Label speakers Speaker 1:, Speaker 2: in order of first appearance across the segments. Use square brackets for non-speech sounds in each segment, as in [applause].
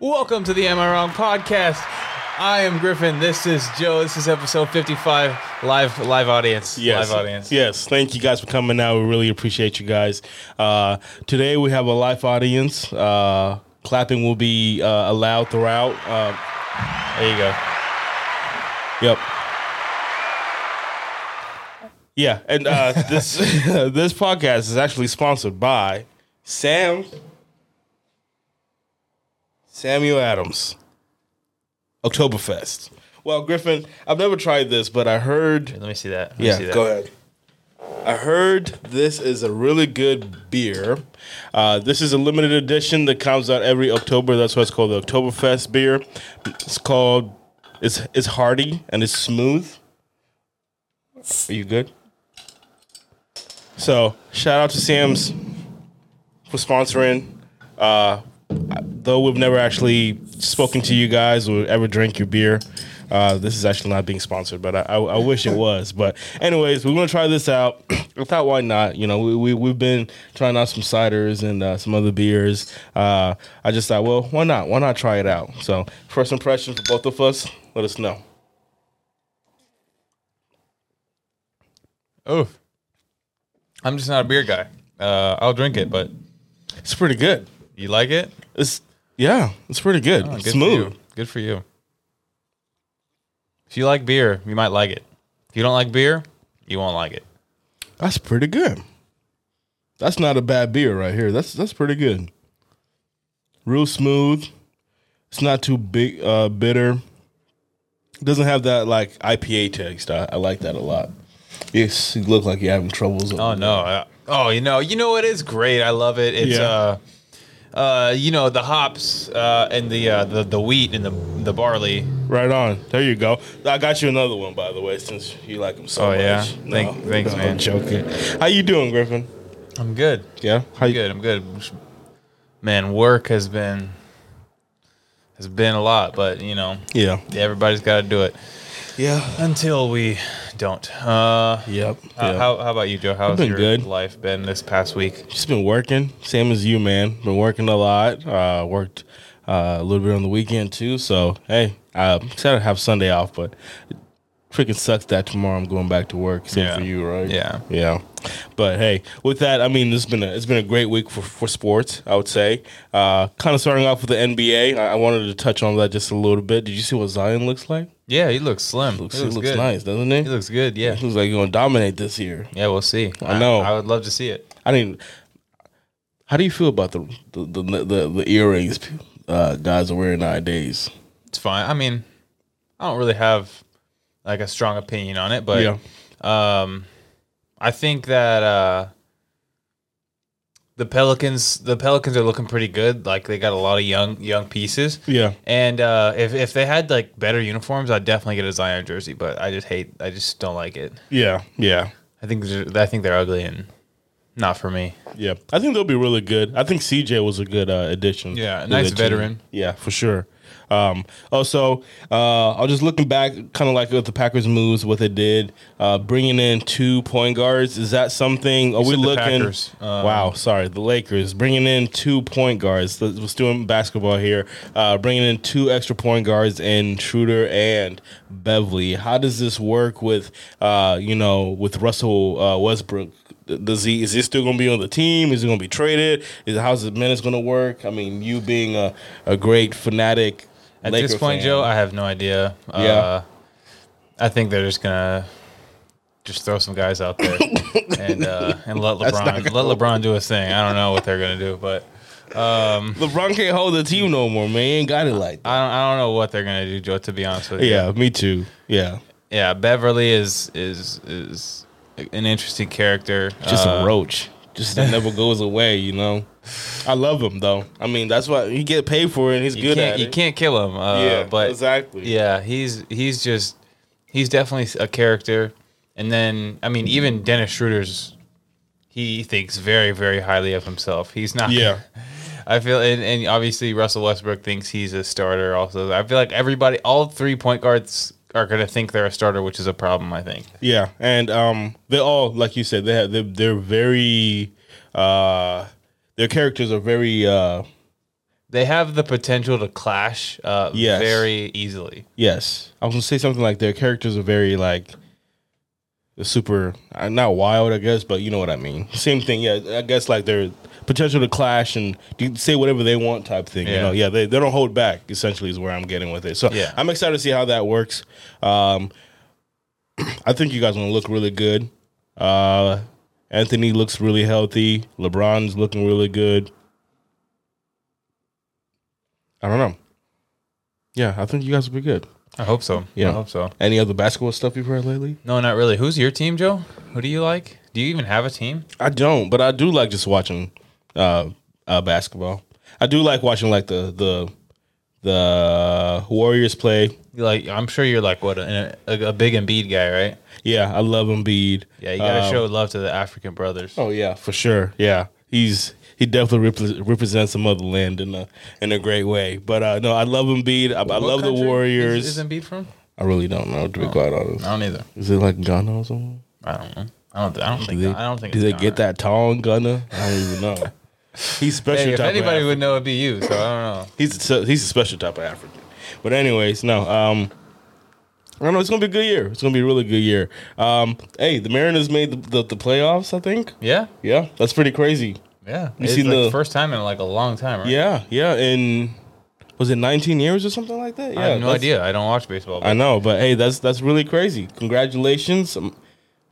Speaker 1: Welcome to the Am I Wrong podcast. I am Griffin. This is Joe. This is episode 55. Live live audience.
Speaker 2: Yes.
Speaker 1: Live audience.
Speaker 2: Yes. Thank you guys for coming out. We really appreciate you guys. Uh, today we have a live audience. Uh, clapping will be uh, allowed throughout. Uh, there you go. Yep. Yeah,
Speaker 1: [laughs]
Speaker 2: and uh, this [laughs] this podcast is actually sponsored by Sam Samuel Adams Oktoberfest. Well, Griffin, I've never tried this, but I heard
Speaker 1: Let me see that. Let me
Speaker 2: yeah,
Speaker 1: see that.
Speaker 2: go ahead. I heard this is a really good beer. Uh, this is a limited edition that comes out every October. That's why it's called the Oktoberfest beer. It's called it's it's hearty and it's smooth. Are you good? So shout out to Sam's for sponsoring. Uh, though we've never actually spoken to you guys or ever drank your beer. Uh, this is actually not being sponsored, but I, I, I wish it was. But anyways, we're gonna try this out. [clears throat] I thought, why not? You know, we, we we've been trying out some ciders and uh, some other beers. Uh, I just thought, well, why not? Why not try it out? So first impression for both of us. Let us know.
Speaker 1: Oh. I'm just not a beer guy. Uh, I'll drink it, but
Speaker 2: It's pretty good.
Speaker 1: you like it?
Speaker 2: It's yeah, it's pretty good.
Speaker 1: Oh, good For
Speaker 2: Smooth.
Speaker 1: you. Good for you. If you like beer, you might like it. If you don't like beer, you won't like it.
Speaker 2: That's pretty good. That's not a bad beer right here. That's that's pretty good. Real smooth. It's not too big uh bitter. Doesn't have that like IPA taste. I, I like that a lot. Yes, you look like you're having troubles.
Speaker 1: Oh no! I- oh, you know, you know, it is great. I love it. It's
Speaker 2: Yeah.
Speaker 1: uh, uh, you know, the hops uh, and the uh, the the wheat and the the barley.
Speaker 2: Right on. There you go. I got you another one by the way, since you like them so
Speaker 1: Oh,
Speaker 2: much.
Speaker 1: yeah?
Speaker 2: No,
Speaker 1: Thank- thanks,
Speaker 2: no,
Speaker 1: man.
Speaker 2: I'm joking. How you doing, Griffin?
Speaker 1: I'm good.
Speaker 2: Yeah. How
Speaker 1: I'm
Speaker 2: you
Speaker 1: good. I'm good. Man, work has been has been a lot, but you know,
Speaker 2: Yeah.
Speaker 1: everybody's got to do it
Speaker 2: Yeah.
Speaker 1: until we don't. Uh,
Speaker 2: Yep.
Speaker 1: how-
Speaker 2: yeah.
Speaker 1: How, how about you, Joe? How's
Speaker 2: been
Speaker 1: your
Speaker 2: good.
Speaker 1: life been this past week?
Speaker 2: Just been working, same as you, man. Been working a lot. Uh, worked uh, a little bit on the weekend too. So hey, I said I have Sunday off, but it freaking sucks that tomorrow I'm going back to work. Same
Speaker 1: Yeah.
Speaker 2: for you, right?
Speaker 1: Yeah.
Speaker 2: yeah. But hey, with that, I mean, it's been a, it's been a great week for, for sports. I would say, uh, kind of starting off with the NBA. I, I wanted to touch on that just a little bit. Did you see what Zion looks like?
Speaker 1: Yeah, he looks slim.
Speaker 2: Looks,
Speaker 1: he
Speaker 2: he
Speaker 1: looks,
Speaker 2: looks
Speaker 1: good.
Speaker 2: nice, doesn't he?
Speaker 1: He looks good. Yeah.
Speaker 2: He looks like he's gonna dominate this year.
Speaker 1: Yeah, we'll see.
Speaker 2: I know.
Speaker 1: I, would love to see it.
Speaker 2: I didn't. How do you feel about the the the, the, the earrings uh, guys are wearing nowadays?
Speaker 1: It's fine. I mean, I don't really have like a strong opinion on it, but um, I think that uh, the Pelicans the Pelicans are looking pretty good. Like they got a lot of young young pieces.
Speaker 2: yeah.
Speaker 1: And uh, if if they had like better uniforms, I'd definitely get a Zion jersey. But I just hate. I just don't like it.
Speaker 2: Yeah, yeah,
Speaker 1: I think they're- I think they're ugly and not for me.
Speaker 2: yeah. I think they'll be really good. I think CJ was a good uh, addition.
Speaker 1: Yeah,
Speaker 2: to
Speaker 1: nice
Speaker 2: the team.
Speaker 1: veteran.
Speaker 2: Yeah, for sure. Um, also, uh, I was just looking back, kind of like with the Packers moves, what they did, uh, bringing in two point guards. Is that something? Are we
Speaker 1: said the
Speaker 2: looking?
Speaker 1: Packers. Um,
Speaker 2: wow, sorry, the Lakers bringing in two point guards. Let's- Let's doing basketball here. Uh, bringing in two extra point guards in Schroeder and Beverly. How does this work with, uh, you know, with Russell uh, Westbrook? Does he is he still going to be on the team? Is he going to be traded? Is how's his minutes going to work? I mean, you being a, a great fanatic
Speaker 1: At this point, Joe, I have no idea. Uh, I think they're just gonna just throw some guys out
Speaker 2: [laughs]
Speaker 1: there and uh, and let LeBron let LeBron do his thing. I don't know what they're gonna do, but
Speaker 2: LeBron can't hold the team no more, man. He ain't got it like that.
Speaker 1: I don't I don't know what they're gonna do, Joe. To be honest with you,
Speaker 2: Yeah, me too. Yeah,
Speaker 1: yeah. Beverly is is is an interesting character.
Speaker 2: just
Speaker 1: Uh,
Speaker 2: a roach, just that never goes away. You know, I love him though. I mean, that's why he get paid for it. and He's
Speaker 1: you
Speaker 2: good
Speaker 1: can't
Speaker 2: at
Speaker 1: you
Speaker 2: it.
Speaker 1: can't kill him. Uh,
Speaker 2: yeah,
Speaker 1: but
Speaker 2: exactly.
Speaker 1: Yeah, he's he's just he's definitely a character. And then I mean, even Dennis Schroeder's he thinks very very highly of himself. He's not.
Speaker 2: yeah,
Speaker 1: [laughs] I feel and, and obviously Russell Westbrook thinks he's a starter. Also, I feel like everybody, all three point guards are gonna think they're a starter, which is a problem. I think.
Speaker 2: yeah. And um, they all like you said they have they're, they're very uh, their characters are very uh
Speaker 1: they have the potential to clash uh,
Speaker 2: Yes.
Speaker 1: very easily.
Speaker 2: Yes, I was gonna say something like their characters are very like they're super uh, not wild, I guess, but you know what I mean. Same thing, yeah. I guess like their potential to clash and do- say whatever they want type thing. You
Speaker 1: Yeah.
Speaker 2: know, yeah. They, they don't hold back. Essentially, is where I'm getting with it. So
Speaker 1: Yeah.
Speaker 2: I'm excited to see how that works. Um, I think you guys gonna look really good. Uh, Anthony looks really healthy. LeBron's looking really good. I don't know. Yeah, I think you guys will be good.
Speaker 1: I hope so.
Speaker 2: Yeah.
Speaker 1: I hope so.
Speaker 2: Any other basketball stuff you've heard lately?
Speaker 1: No, not really. Who's your team, Joe? Who do you like? Do you even have a team?
Speaker 2: I don't, but I do like just watching uh, uh, basketball. I do like watching like the the the Warriors play.
Speaker 1: You Like, I'm sure you're like what a, a, a big Embiid guy, right?
Speaker 2: Yeah, I love Embiid.
Speaker 1: Yeah, you gotta
Speaker 2: Um,
Speaker 1: show love to the African brothers.
Speaker 2: Oh yeah, for sure. Yeah, he's he definitely repre- represents the motherland in a in a great way. But uh, no, I love Embiid. I, I
Speaker 1: What
Speaker 2: love the
Speaker 1: country
Speaker 2: Warriors.
Speaker 1: Is, is Embiid from?
Speaker 2: I really don't know. To be quite honest,
Speaker 1: I don't either.
Speaker 2: is it like Ghana or something?
Speaker 1: I don't know. I don't. I don't
Speaker 2: Do
Speaker 1: think.
Speaker 2: they,
Speaker 1: I don't think.
Speaker 2: do
Speaker 1: it's
Speaker 2: they
Speaker 1: Ghana.
Speaker 2: get that tall in Ghana? I don't even know.
Speaker 1: [laughs]
Speaker 2: He's special.
Speaker 1: Hey, if
Speaker 2: type of
Speaker 1: anybody
Speaker 2: athlete.
Speaker 1: would know, it'd be you. So I don't know.
Speaker 2: He's so he's a special type of African. But anyways, no. Um, I don't know. It's gonna be a good year. It's gonna be a really good year. Um, hey, the Mariners made the, the, the playoffs. I think.
Speaker 1: Yeah,
Speaker 2: Yeah, that's pretty crazy.
Speaker 1: yeah.
Speaker 2: You
Speaker 1: it's
Speaker 2: seen
Speaker 1: like
Speaker 2: the-
Speaker 1: the first time in like a long time, right?
Speaker 2: Yeah, yeah. In was it 19 years or something like that? Yeah,
Speaker 1: I have no
Speaker 2: that's-
Speaker 1: idea. I don't watch baseball. But
Speaker 2: I know, but hey, that's that's really crazy. Congratulations. Um,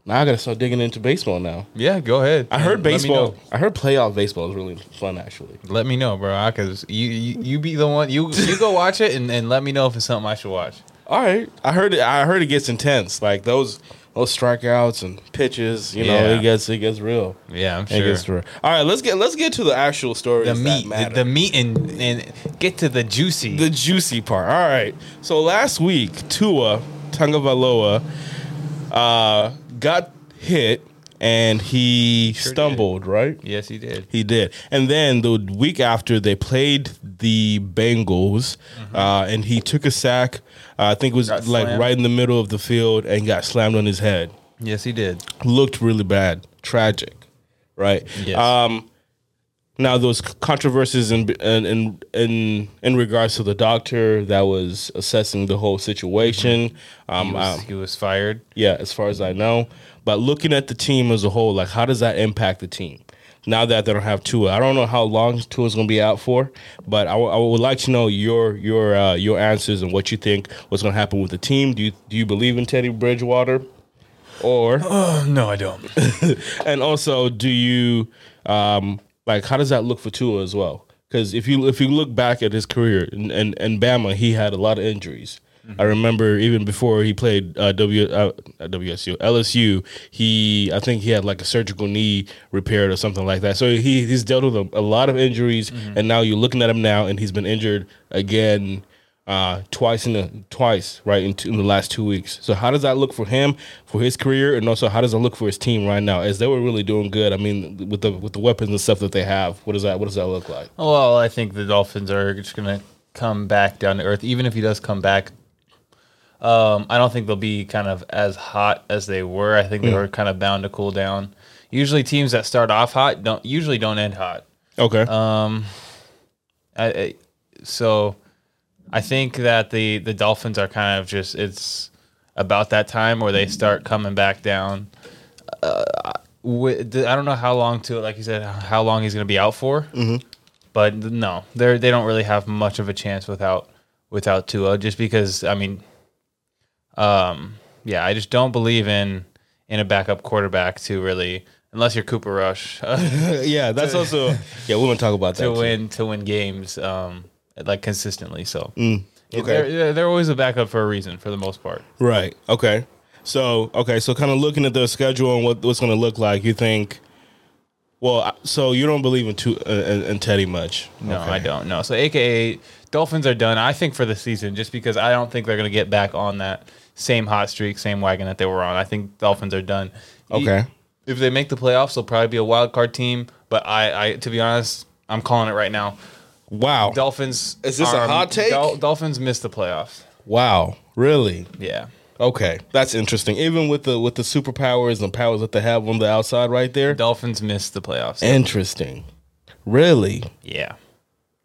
Speaker 2: now I gotta start digging into baseball now.
Speaker 1: yeah, go ahead.
Speaker 2: I heard
Speaker 1: and
Speaker 2: baseball.
Speaker 1: Mm, Let me
Speaker 2: I heard playoff baseball is really fun, actually.
Speaker 1: know, let me know bro. Because you, you you be the one. You you go watch it and, and let me know if it's something I should watch.
Speaker 2: All right, I heard it. I heard it gets intense. Like those those strikeouts and pitches. You know,
Speaker 1: Yeah.
Speaker 2: it gets it gets real.
Speaker 1: Yeah, I'm
Speaker 2: It
Speaker 1: sure.
Speaker 2: gets real. All right, let's get let's get to the actual stories.
Speaker 1: The
Speaker 2: that
Speaker 1: meat, the,
Speaker 2: matter.
Speaker 1: the meat, and and get to the juicy.
Speaker 2: the juicy part. All right. So last week, Tua Tungavaloa uh, got hit and he
Speaker 1: Sure did.
Speaker 2: stumbled. Right.
Speaker 1: yes, he did.
Speaker 2: He did. And then the week after, they played the Bengals, uh, and he took a sack. Uh, I think it was
Speaker 1: Mm-hmm. Got
Speaker 2: like
Speaker 1: slammed.
Speaker 2: right in the middle of the field and got slammed on his head.
Speaker 1: Yes, he did.
Speaker 2: Looked really bad. Tragic, right?
Speaker 1: Yes.
Speaker 2: Um, now those controversies in in in in, in regards to the doctor that was assessing the whole situation.
Speaker 1: Mm-hmm. He
Speaker 2: Um,
Speaker 1: was,
Speaker 2: um,
Speaker 1: he was fired.
Speaker 2: yeah, as far as I know. But looking at the team as a whole, like how does that impact the team? Now that they don't have Tua, I don't know how long Tua's going to be out for, but I w- I would like to know your your uh, your answers and what you think what's going to happen with the team. Do you do you believe in Teddy Bridgewater, or
Speaker 1: Oh no, I don't.
Speaker 2: and also do you um, like how does that look for Tua as well? Because if you if you look back at his career in, in, in Bama, he had a lot of injuries. I remember even before he played uh, W uh, WSU LSU, he I think he had like a surgical knee repaired or something like that. So he he's dealt with a, a lot of injuries, and now you're looking at him now, and he's been injured again uh, twice in the twice right in, two, in the last two weeks. So how does that look for him for his career, and also how does it look for his team right now? As they were really doing good. I mean, with the with the weapons and stuff that they have, what does that what does that look like?
Speaker 1: [laughs] Well, I think the Dolphins are just going to come back down to earth. Even if he does come back, um, I don't think they'll be kind of as hot as they were. I think they were kind of bound to cool down. Usually, teams that start off hot don't usually don't end hot.
Speaker 2: Okay,
Speaker 1: Uh, I, I, so, I think that the the Dolphins are kind of just it's about that time where they start coming back down. Uh, I wi- I don't know how long to like you said how long he's going to be out for. But no, they they don't really have much of a chance without without Tua, just because I mean, um, yeah, I just don't believe in in a backup quarterback to really, unless you're Cooper Rush, [laughs] uh, to
Speaker 2: [laughs] yeah, that's
Speaker 1: [laughs]
Speaker 2: also yeah. We're gonna talk about that. too.
Speaker 1: win to win games, um, like consistently. So
Speaker 2: Mm. okay.
Speaker 1: they're, they're they're always a backup for a reason, for the most part.
Speaker 2: Right. Okay. So okay. So kind of looking at the schedule and what what's going to look like, you think. Well, I- so you don't believe in two, uh, in, in Teddy much.
Speaker 1: No,
Speaker 2: Okay.
Speaker 1: I don't know. So, AKA Dolphins are done, I think, for the season, just because I don't think they're going to get back on that same hot streak, same wagon that they were on. I think Dolphins are done. E-
Speaker 2: Okay.
Speaker 1: If they make the playoffs, they'll probably be a wild card team. But I, I to be honest, I'm calling it right now.
Speaker 2: Wow.
Speaker 1: Dolphins.
Speaker 2: Is this a hot take?
Speaker 1: Dol- Dolphins missed the playoffs.
Speaker 2: Wow. Really.
Speaker 1: Yeah.
Speaker 2: Okay. That's interesting. Even with the with the superpowers and powers that they have on the outside, right there.
Speaker 1: Dolphins missed the playoffs.
Speaker 2: Interesting. Really.
Speaker 1: yeah.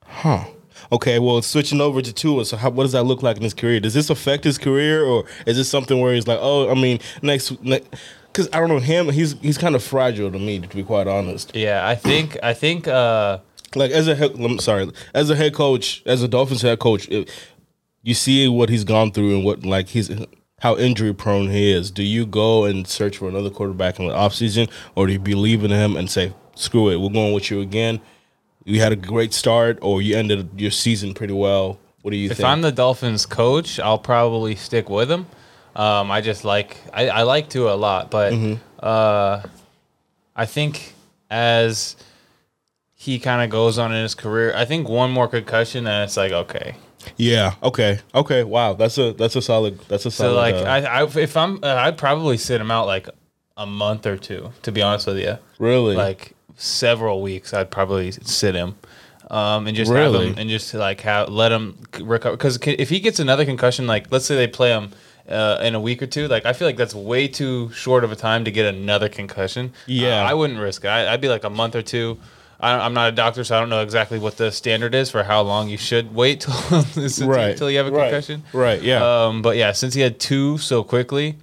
Speaker 2: Huh. okay, well, it's switching over to Tua. So how, what does that look like in his career? Does this affect his career, or is this something where he's like, oh, I mean, next, because I don't know him. He's he's kind of fragile to me, to be quite honest.
Speaker 1: Yeah, I think I think uh,
Speaker 2: Like as a head, I'm sorry, as a head coach, as a Dolphins head coach, it, you see what he's gone through and what like he's how injury prone he is. Do you go and search for another quarterback in the offseason, or do you believe in him and say, screw it, we're going with you again? You had a great start, or you ended your season pretty well. What do you
Speaker 1: if
Speaker 2: think?
Speaker 1: I'm the Dolphins coach, I'll probably stick with him. Um, I just like I, I like Tua a lot, but uh, I think as he kind of goes on in his career, I think one more concussion and it's like okay.
Speaker 2: yeah. Okay. Okay. Wow. That's a that's a solid. That's a solid.
Speaker 1: So like
Speaker 2: uh,
Speaker 1: I, I if I'm uh, I'd probably sit him out like a month or two to be honest with you.
Speaker 2: really
Speaker 1: Like several weeks, I'd probably sit him. Um, and just have
Speaker 2: Really?
Speaker 1: him- and just like have let him c- recover because if he gets another concussion, like let's say they play him uh, in a week or two, like I feel like that's way too short of a time to get another concussion.
Speaker 2: Yeah.
Speaker 1: I, I wouldn't risk it. I, I'd be like a month or two. I, I'm not a doctor, so I don't know exactly what the standard is for how long you should wait till [laughs]
Speaker 2: right
Speaker 1: until you have a
Speaker 2: right,
Speaker 1: concussion.
Speaker 2: Right. Yeah.
Speaker 1: Um, but yeah, since he had two so quickly,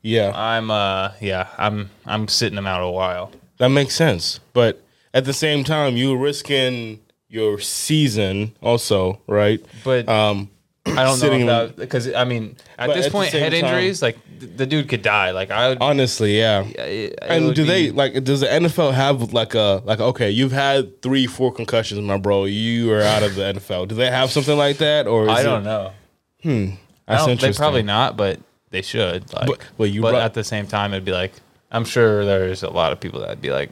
Speaker 2: yeah.
Speaker 1: I'm uh, yeah, I'm I'm sitting him out a while.
Speaker 2: That makes sense. But at the same time, you're risking your season also, right?
Speaker 1: But
Speaker 2: Um,
Speaker 1: I don't
Speaker 2: sitting him-
Speaker 1: know about because I mean at
Speaker 2: But
Speaker 1: this
Speaker 2: at the
Speaker 1: point
Speaker 2: same
Speaker 1: head
Speaker 2: time-
Speaker 1: injuries like th- the dude could die. Like I would.
Speaker 2: honestly, yeah.
Speaker 1: it- it
Speaker 2: And
Speaker 1: would
Speaker 2: do
Speaker 1: be-
Speaker 2: they like? Does the NFL have like a like? Okay, you've had three, four concussions, my bro. You are out of the NFL. Do they have something like that, or is
Speaker 1: I
Speaker 2: it-
Speaker 1: don't know.
Speaker 2: That's
Speaker 1: I don't, they
Speaker 2: interesting.
Speaker 1: probably not, but they should. Like, but,
Speaker 2: But- well, you brought-
Speaker 1: at the same time, it'd be like I'm sure there's a lot of people that'd be like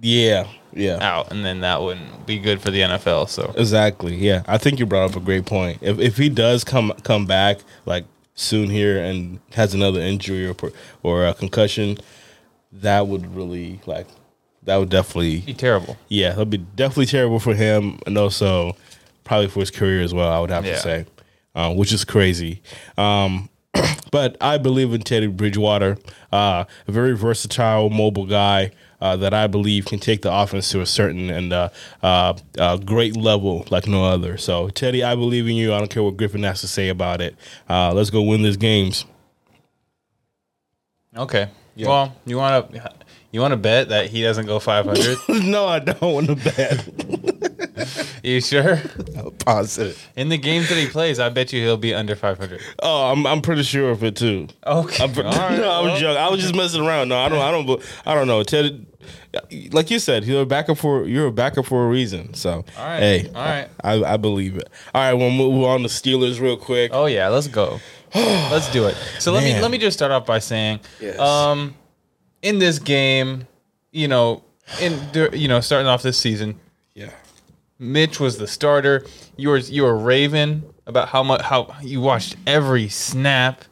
Speaker 2: Yeah, yeah.
Speaker 1: out, and then that wouldn't be good for the NFL. So
Speaker 2: Exactly. Yeah, I think you brought up a great point. If if he does come come back like soon here and has another injury or per- or a concussion, that would really like that would definitely
Speaker 1: be terrible.
Speaker 2: yeah that'd be definitely terrible for him and also probably for his career as well. I would have
Speaker 1: Yeah.
Speaker 2: to say, uh, which is crazy. Um, [clears throat] but I believe in Teddy Bridgewater, uh, a very versatile, mobile guy uh, that I believe can take the offense to a certain and uh, uh, uh, great level like no other. So, Teddy, I believe in you. I don't care what Griffin has to say about it. Uh, let's go win these games. [laughs]
Speaker 1: Okay. Well, you want to you want to bet that he doesn't go 500?
Speaker 2: [laughs] no, I don't want to bet.
Speaker 1: you sure?
Speaker 2: Positive.
Speaker 1: In the games that he plays, I bet you he'll be under 500.
Speaker 2: Oh, I'm, I'm pretty sure of it too.
Speaker 1: Okay.
Speaker 2: I'm- [laughs] no, I was joking. I was just messing around. No, I don't. I don't. bel- I don't know. Ted, like you said, you're a backup for you're a backup for a reason. So,
Speaker 1: All right.
Speaker 2: hey,
Speaker 1: All right.
Speaker 2: I, I believe it. All right, we'll move on to Steelers real quick.
Speaker 1: Oh yeah, let's go. let's do it. So let me
Speaker 2: Man.
Speaker 1: let me just start off by saying,
Speaker 2: Yes.
Speaker 1: um, in this game, you know, in dur- you know, starting off this season,
Speaker 2: Yeah,
Speaker 1: Mitch was the starter. You were you were raving about how much how you watched every snap,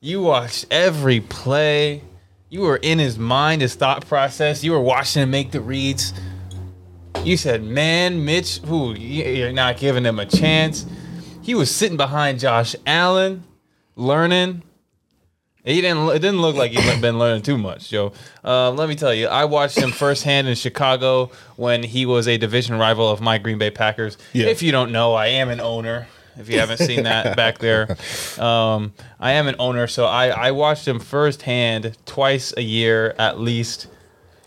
Speaker 1: you watched every play, you were in his mind, his thought process. You were watching him make the reads. You said, "Man, Mitch, who you're not giving him a chance." He was sitting behind Josh Allen, learning. He didn't. It didn't look like he'd been learning too much, Joe. Uh, let me tell you, I watched him firsthand in Chicago when he was a division rival of my Green Bay Packers.
Speaker 2: Yeah.
Speaker 1: If you don't know, I am an owner. If you haven't seen that back there, um, I am an owner, so I, I watched him firsthand twice a year at least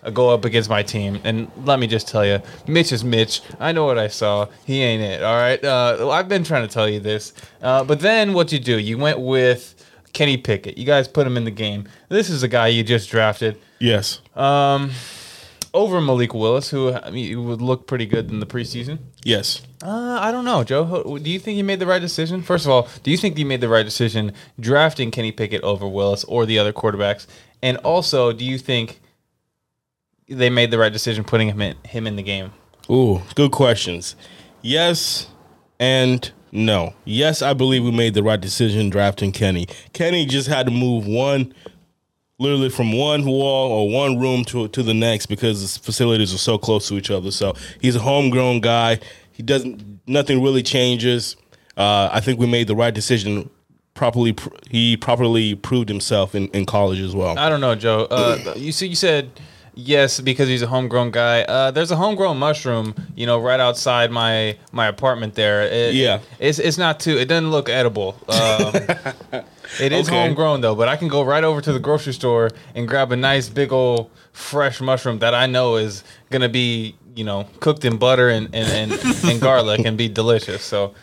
Speaker 1: uh, go up against my team. And let me just tell you, Mitch is Mitch. I know what I saw. He ain't it. All right. Uh, I've been trying to tell you this. Uh, but then what you do? You went with Kenny Pickett. You guys put him in the game. This is a guy you just drafted
Speaker 2: yes,
Speaker 1: over Malik Willis, who I mean, you would look pretty good in the preseason.
Speaker 2: yes.
Speaker 1: Uh, I don't know, Joe. Ho- Do you think he made the right decision? First of all, do you think he made the right decision drafting Kenny Pickett over Willis or the other quarterbacks? And also, do you think they made the right decision putting him in, him in the game?
Speaker 2: Ooh, good questions. Yes and no. Yes, I believe we made the right decision drafting Kenny. Kenny just had to move one, literally from one wall or one room to to the next because the facilities are so close to each other. So he's a homegrown guy. He doesn't. Nothing really changes. Uh, I think we made the right decision. Properly, pr- he properly proved himself in, in college as well.
Speaker 1: I don't know, Joe. Uh, you see, you said Yes, because he's a homegrown guy. Uh, there's a homegrown mushroom, you know, right outside my my apartment. There, It-
Speaker 2: Yeah.
Speaker 1: it's it's not too. It doesn't look edible.
Speaker 2: [laughs]
Speaker 1: Um, it is
Speaker 2: Okay.
Speaker 1: homegrown though, but I can go right over to the grocery store and grab a nice big old fresh mushroom that I know is gonna be, you know, cooked in butter and and and,
Speaker 2: [laughs]
Speaker 1: and garlic and be delicious. So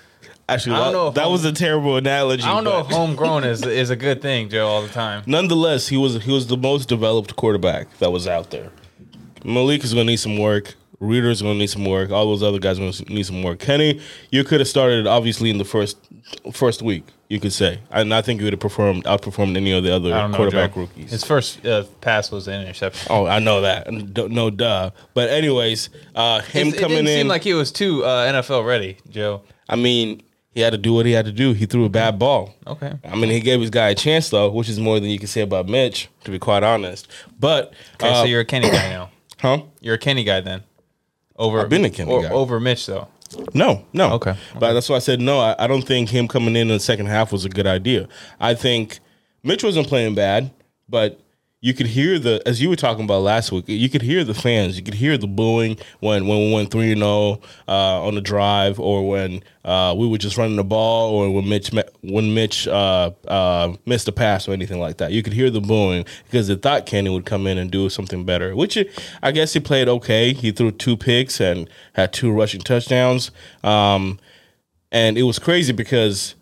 Speaker 2: Actually,
Speaker 1: I don't
Speaker 2: that-
Speaker 1: know if
Speaker 2: that
Speaker 1: home-
Speaker 2: was a terrible analogy.
Speaker 1: I don't know if
Speaker 2: [laughs] but
Speaker 1: homegrown is is a good thing, Joe, all the
Speaker 2: [laughs]
Speaker 1: time.
Speaker 2: Nonetheless, he was he was the most developed quarterback that was out there. Malik is going to need some work. Reader's going to need some work. All those other guys going to need some work. Kenny, you could have started obviously in the first first week. You could say, and I think you would have performed outperformed any of the other
Speaker 1: I don't know,
Speaker 2: quarterback
Speaker 1: Joe.
Speaker 2: rookies.
Speaker 1: His first uh, pass was an interception.
Speaker 2: oh, I know that. And don't- No, duh. But anyways, uh, him
Speaker 1: It, it
Speaker 2: coming
Speaker 1: didn't
Speaker 2: in.
Speaker 1: seem like he was too uh, NFL ready, Joe.
Speaker 2: I mean, he had to do what he had to do. He threw a bad ball.
Speaker 1: Okay.
Speaker 2: I mean, he gave his guy a chance though, which is more than you can say about Mitch, to be quite honest. But
Speaker 1: Okay,
Speaker 2: uh,
Speaker 1: so you're a Kenny guy now.
Speaker 2: huh?
Speaker 1: You're a Kenny guy then. Over
Speaker 2: I've been a Kenny
Speaker 1: or-
Speaker 2: guy.
Speaker 1: over Mitch though.
Speaker 2: No, no.
Speaker 1: Okay,
Speaker 2: But that's why I said no. I, I don't think him coming in in the second half was a good idea. I think Mitch wasn't playing bad, but you could hear the as you were talking about last week. You could hear the fans. You could hear the booing when when we went three and zero on the drive, or when uh, we were just running the ball, or when Mitch me- when Mitch uh, uh, missed a pass or anything like that. You could hear the booing because they thought Kenny would come in and do something better. Which I guess he played okay. He threw two picks and had two rushing touchdowns. Um, and it was crazy because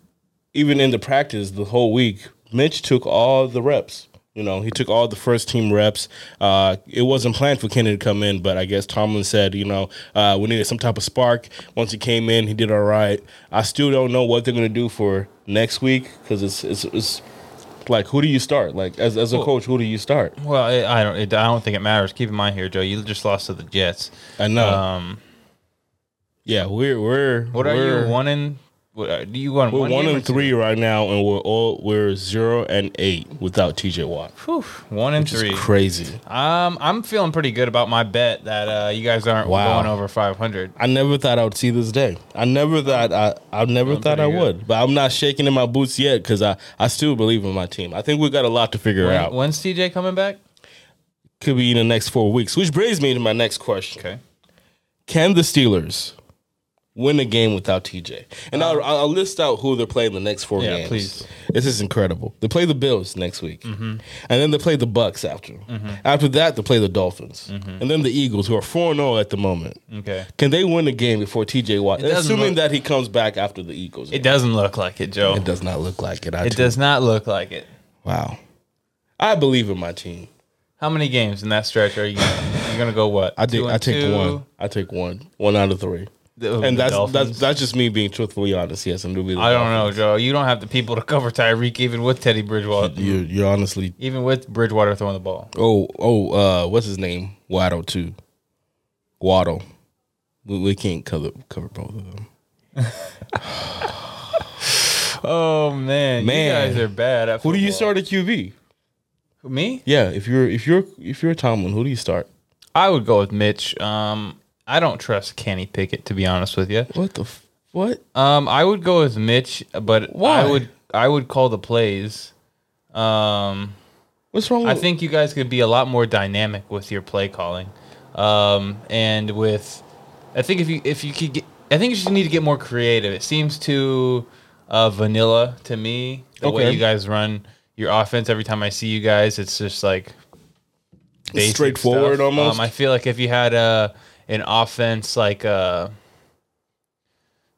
Speaker 2: even in the practice the whole week, Mitch took all the reps. You know, he took all the first team reps. Uh, it wasn't planned for Kenny to come in, but I guess Tomlin said, you know, uh, we needed some type of spark. Once he came in, he did all right. I still don't know what they're going to do for next week because it's, it's, it's like, who do you start? Like, as, as a coach, who do you start?
Speaker 1: Well, it, I don't. It, I don't think it matters. Keep in mind here, Joe. You just lost to the Jets.
Speaker 2: I know.
Speaker 1: Um,
Speaker 2: yeah, we're, we're,
Speaker 1: what
Speaker 2: we're,
Speaker 1: are you one in? What, are- do you want
Speaker 2: We're one,
Speaker 1: game or
Speaker 2: and
Speaker 1: two?
Speaker 2: three right now, and we're all we're zero and eight without TJ Watt.
Speaker 1: Whew, one and
Speaker 2: It's
Speaker 1: three.
Speaker 2: crazy.
Speaker 1: um, I'm feeling pretty good about my bet that uh, you guys aren't
Speaker 2: Wow.
Speaker 1: going over 500.
Speaker 2: I never thought I would see this day. I never thought I I never thought I
Speaker 1: pretty good.
Speaker 2: would, but I'm not shaking in my boots yet because I I still believe in my team. I think we got a lot to figure out.
Speaker 1: When's TJ coming back?
Speaker 2: Could be in the next four weeks, which brings me to my next question.
Speaker 1: Okay.
Speaker 2: Can the Steelers win a game without TJ? And I'll, I'll list out who they're playing the next four
Speaker 1: Um, Yeah,
Speaker 2: games.
Speaker 1: please. Mm-hmm.
Speaker 2: This is incredible. They play the Bills next week, and then they play the Bucks after. After that, they play the Dolphins,
Speaker 1: Mm-hmm.
Speaker 2: and then the Eagles, who are four and zero at the moment.
Speaker 1: Okay.
Speaker 2: Can they win the game before TJ Watt?
Speaker 1: Mm-hmm. doesn't
Speaker 2: Assuming
Speaker 1: look-
Speaker 2: that he comes back after the Eagles.
Speaker 1: It
Speaker 2: It,
Speaker 1: doesn't look like it, Joe.
Speaker 2: does not look like it. I
Speaker 1: It does not look like it.
Speaker 2: Wow. I believe in my team.
Speaker 1: How many games in that stretch are you? You're gonna go what?
Speaker 2: I take
Speaker 1: Two and
Speaker 2: I take
Speaker 1: two?
Speaker 2: one. I take one. One out of three.
Speaker 1: The- the
Speaker 2: and that's
Speaker 1: Dolphins?
Speaker 2: that's that's just me being truthfully honest. Yes, I'm doing. the
Speaker 1: I don't
Speaker 2: Dolphins.
Speaker 1: know, Joe. You don't have the people to cover Tyreek, even with Teddy
Speaker 2: [laughs]
Speaker 1: Bridgewater,
Speaker 2: You you're honestly
Speaker 1: even with Bridgewater throwing the ball.
Speaker 2: oh oh uh what's his name Waddle too, Waddle. We, we can't cover cover both of them.
Speaker 1: Oh man,
Speaker 2: Man.
Speaker 1: you guys are bad. At
Speaker 2: Who do you
Speaker 1: football.
Speaker 2: start at QB?
Speaker 1: Me?
Speaker 2: Yeah, if you're if you're if you're Tomlin, who do you start?
Speaker 1: I would go with Mitch. Um, I don't trust Kenny Pickett to be honest with you.
Speaker 2: What the f- what?
Speaker 1: Um, I would go with Mitch, but
Speaker 2: Why?
Speaker 1: I would I would call the plays. Um,
Speaker 2: What's wrong?
Speaker 1: I
Speaker 2: with
Speaker 1: think you guys could be a lot more dynamic with your play calling, um, and with I think if you if you could get I think you just need to get more creative. It seems too uh, vanilla to me the
Speaker 2: Okay.
Speaker 1: way you guys run your offense. Every time I see you guys, it's just like basic
Speaker 2: straightforward
Speaker 1: stuff.
Speaker 2: almost?
Speaker 1: Um, I feel like if you had a an offense like uh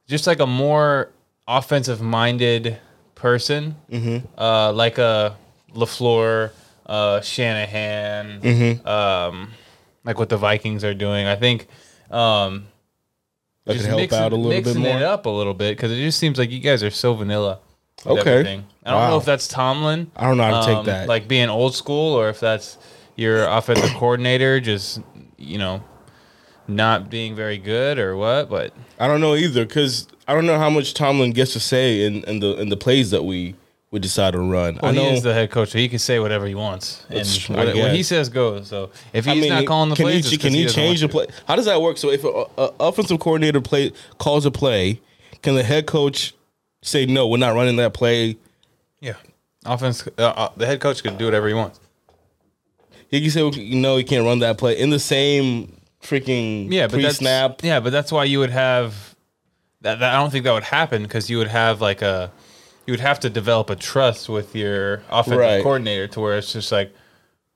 Speaker 1: just like a more offensive minded person,
Speaker 2: Mm-hmm.
Speaker 1: uh, like a Lafleur, uh, Shanahan,
Speaker 2: Mm-hmm.
Speaker 1: um, like what the Vikings are doing. I think um,
Speaker 2: that could
Speaker 1: just
Speaker 2: help
Speaker 1: mixing,
Speaker 2: out a little bit
Speaker 1: mixing
Speaker 2: more.
Speaker 1: it up a little bit because it just seems like you guys are so vanilla. with
Speaker 2: Okay.
Speaker 1: everything. I don't
Speaker 2: Wow.
Speaker 1: know if that's Tomlin.
Speaker 2: I don't know how to take
Speaker 1: um,
Speaker 2: that.
Speaker 1: Like being old school, or if that's your
Speaker 2: [coughs]
Speaker 1: offensive coordinator just you know not being very good or what. But
Speaker 2: I don't know either because I don't know how much Tomlin gets to say in, in the in the plays that we we decide to run. I
Speaker 1: Well,
Speaker 2: know.
Speaker 1: he is the head coach, so he can say whatever he wants, and
Speaker 2: That's- I
Speaker 1: what, what he
Speaker 2: guess.
Speaker 1: says goes. So if he's
Speaker 2: I mean,
Speaker 1: not calling the
Speaker 2: can
Speaker 1: plays,
Speaker 2: he,
Speaker 1: it's
Speaker 2: can
Speaker 1: 'cause
Speaker 2: he,
Speaker 1: doesn't
Speaker 2: change the
Speaker 1: want
Speaker 2: play? How does that work? So if an offensive coordinator play calls a play, can the head coach say no? We're not running that play.
Speaker 1: to. Yeah, offense. Uh, uh, the head coach can do whatever he wants.
Speaker 2: He can say, you know, he can't run that play in the same freaking
Speaker 1: Mm, Yeah, but that's
Speaker 2: pre-snap.
Speaker 1: Yeah, but that's why you would have that. that I don't think that would happen because you would have like a you would have to develop a trust with your offensive
Speaker 2: Right.
Speaker 1: coordinator to where it's just like,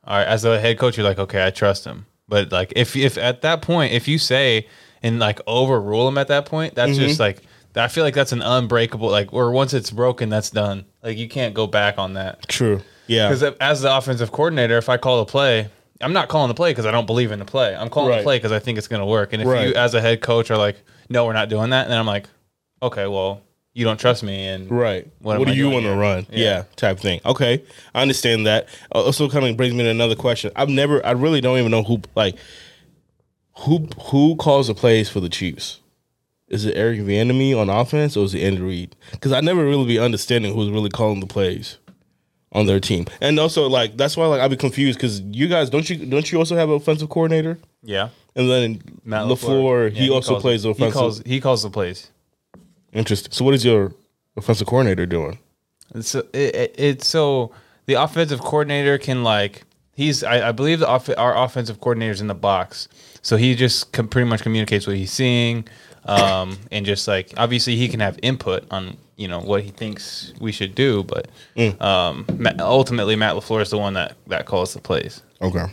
Speaker 1: all right, as a head coach, you're like, okay, I trust him. But like, if if at that point, if you say and like overrule him at that point, that's just
Speaker 2: Mm-hmm.
Speaker 1: like I feel like that's an unbreakable like. Or once it's broken, that's done. Like you can't go back on that.
Speaker 2: True. Yeah.
Speaker 1: Because as the offensive coordinator, if I call a play, I'm not calling the play because I don't believe in the play. I'm calling
Speaker 2: Right.
Speaker 1: the play because I think it's going to work. And if
Speaker 2: Right.
Speaker 1: you, as a head coach, are like, "No, we're not doing that," then I'm like, "Okay, well, you don't trust me." And
Speaker 2: Right. What,
Speaker 1: What am
Speaker 2: do
Speaker 1: I
Speaker 2: you
Speaker 1: doing
Speaker 2: want to
Speaker 1: here?
Speaker 2: run? Yeah.
Speaker 1: Yeah.
Speaker 2: type thing. Okay, I understand that. Uh, Also, kind of brings me to another question. I've never, I really don't even know who like who who calls the plays for the Chiefs. Is it Eric Bieniemy on offense or is it Andrew Reid? Because I never really be understanding who's really calling the plays on their team. And also, like that's why like I be confused because you guys don't you don't you also have an offensive coordinator?
Speaker 1: yeah,
Speaker 2: And then
Speaker 1: Matt
Speaker 2: Lafleur,
Speaker 1: Yeah,
Speaker 2: he, also
Speaker 1: calls-
Speaker 2: plays the offensive.
Speaker 1: He calls he calls the plays.
Speaker 2: Interesting. So what is your offensive coordinator doing?
Speaker 1: And so it, it, it's so the offensive coordinator can like he's I, I believe the off, our offensive coordinator's in the box, so he just com- pretty much communicates what he's seeing, um, [coughs] and just like obviously he can have input on you know what he thinks we should do, but
Speaker 2: Mm.
Speaker 1: um, Ma- ultimately Matt Lafleur is the one that that calls the plays.
Speaker 2: Okay.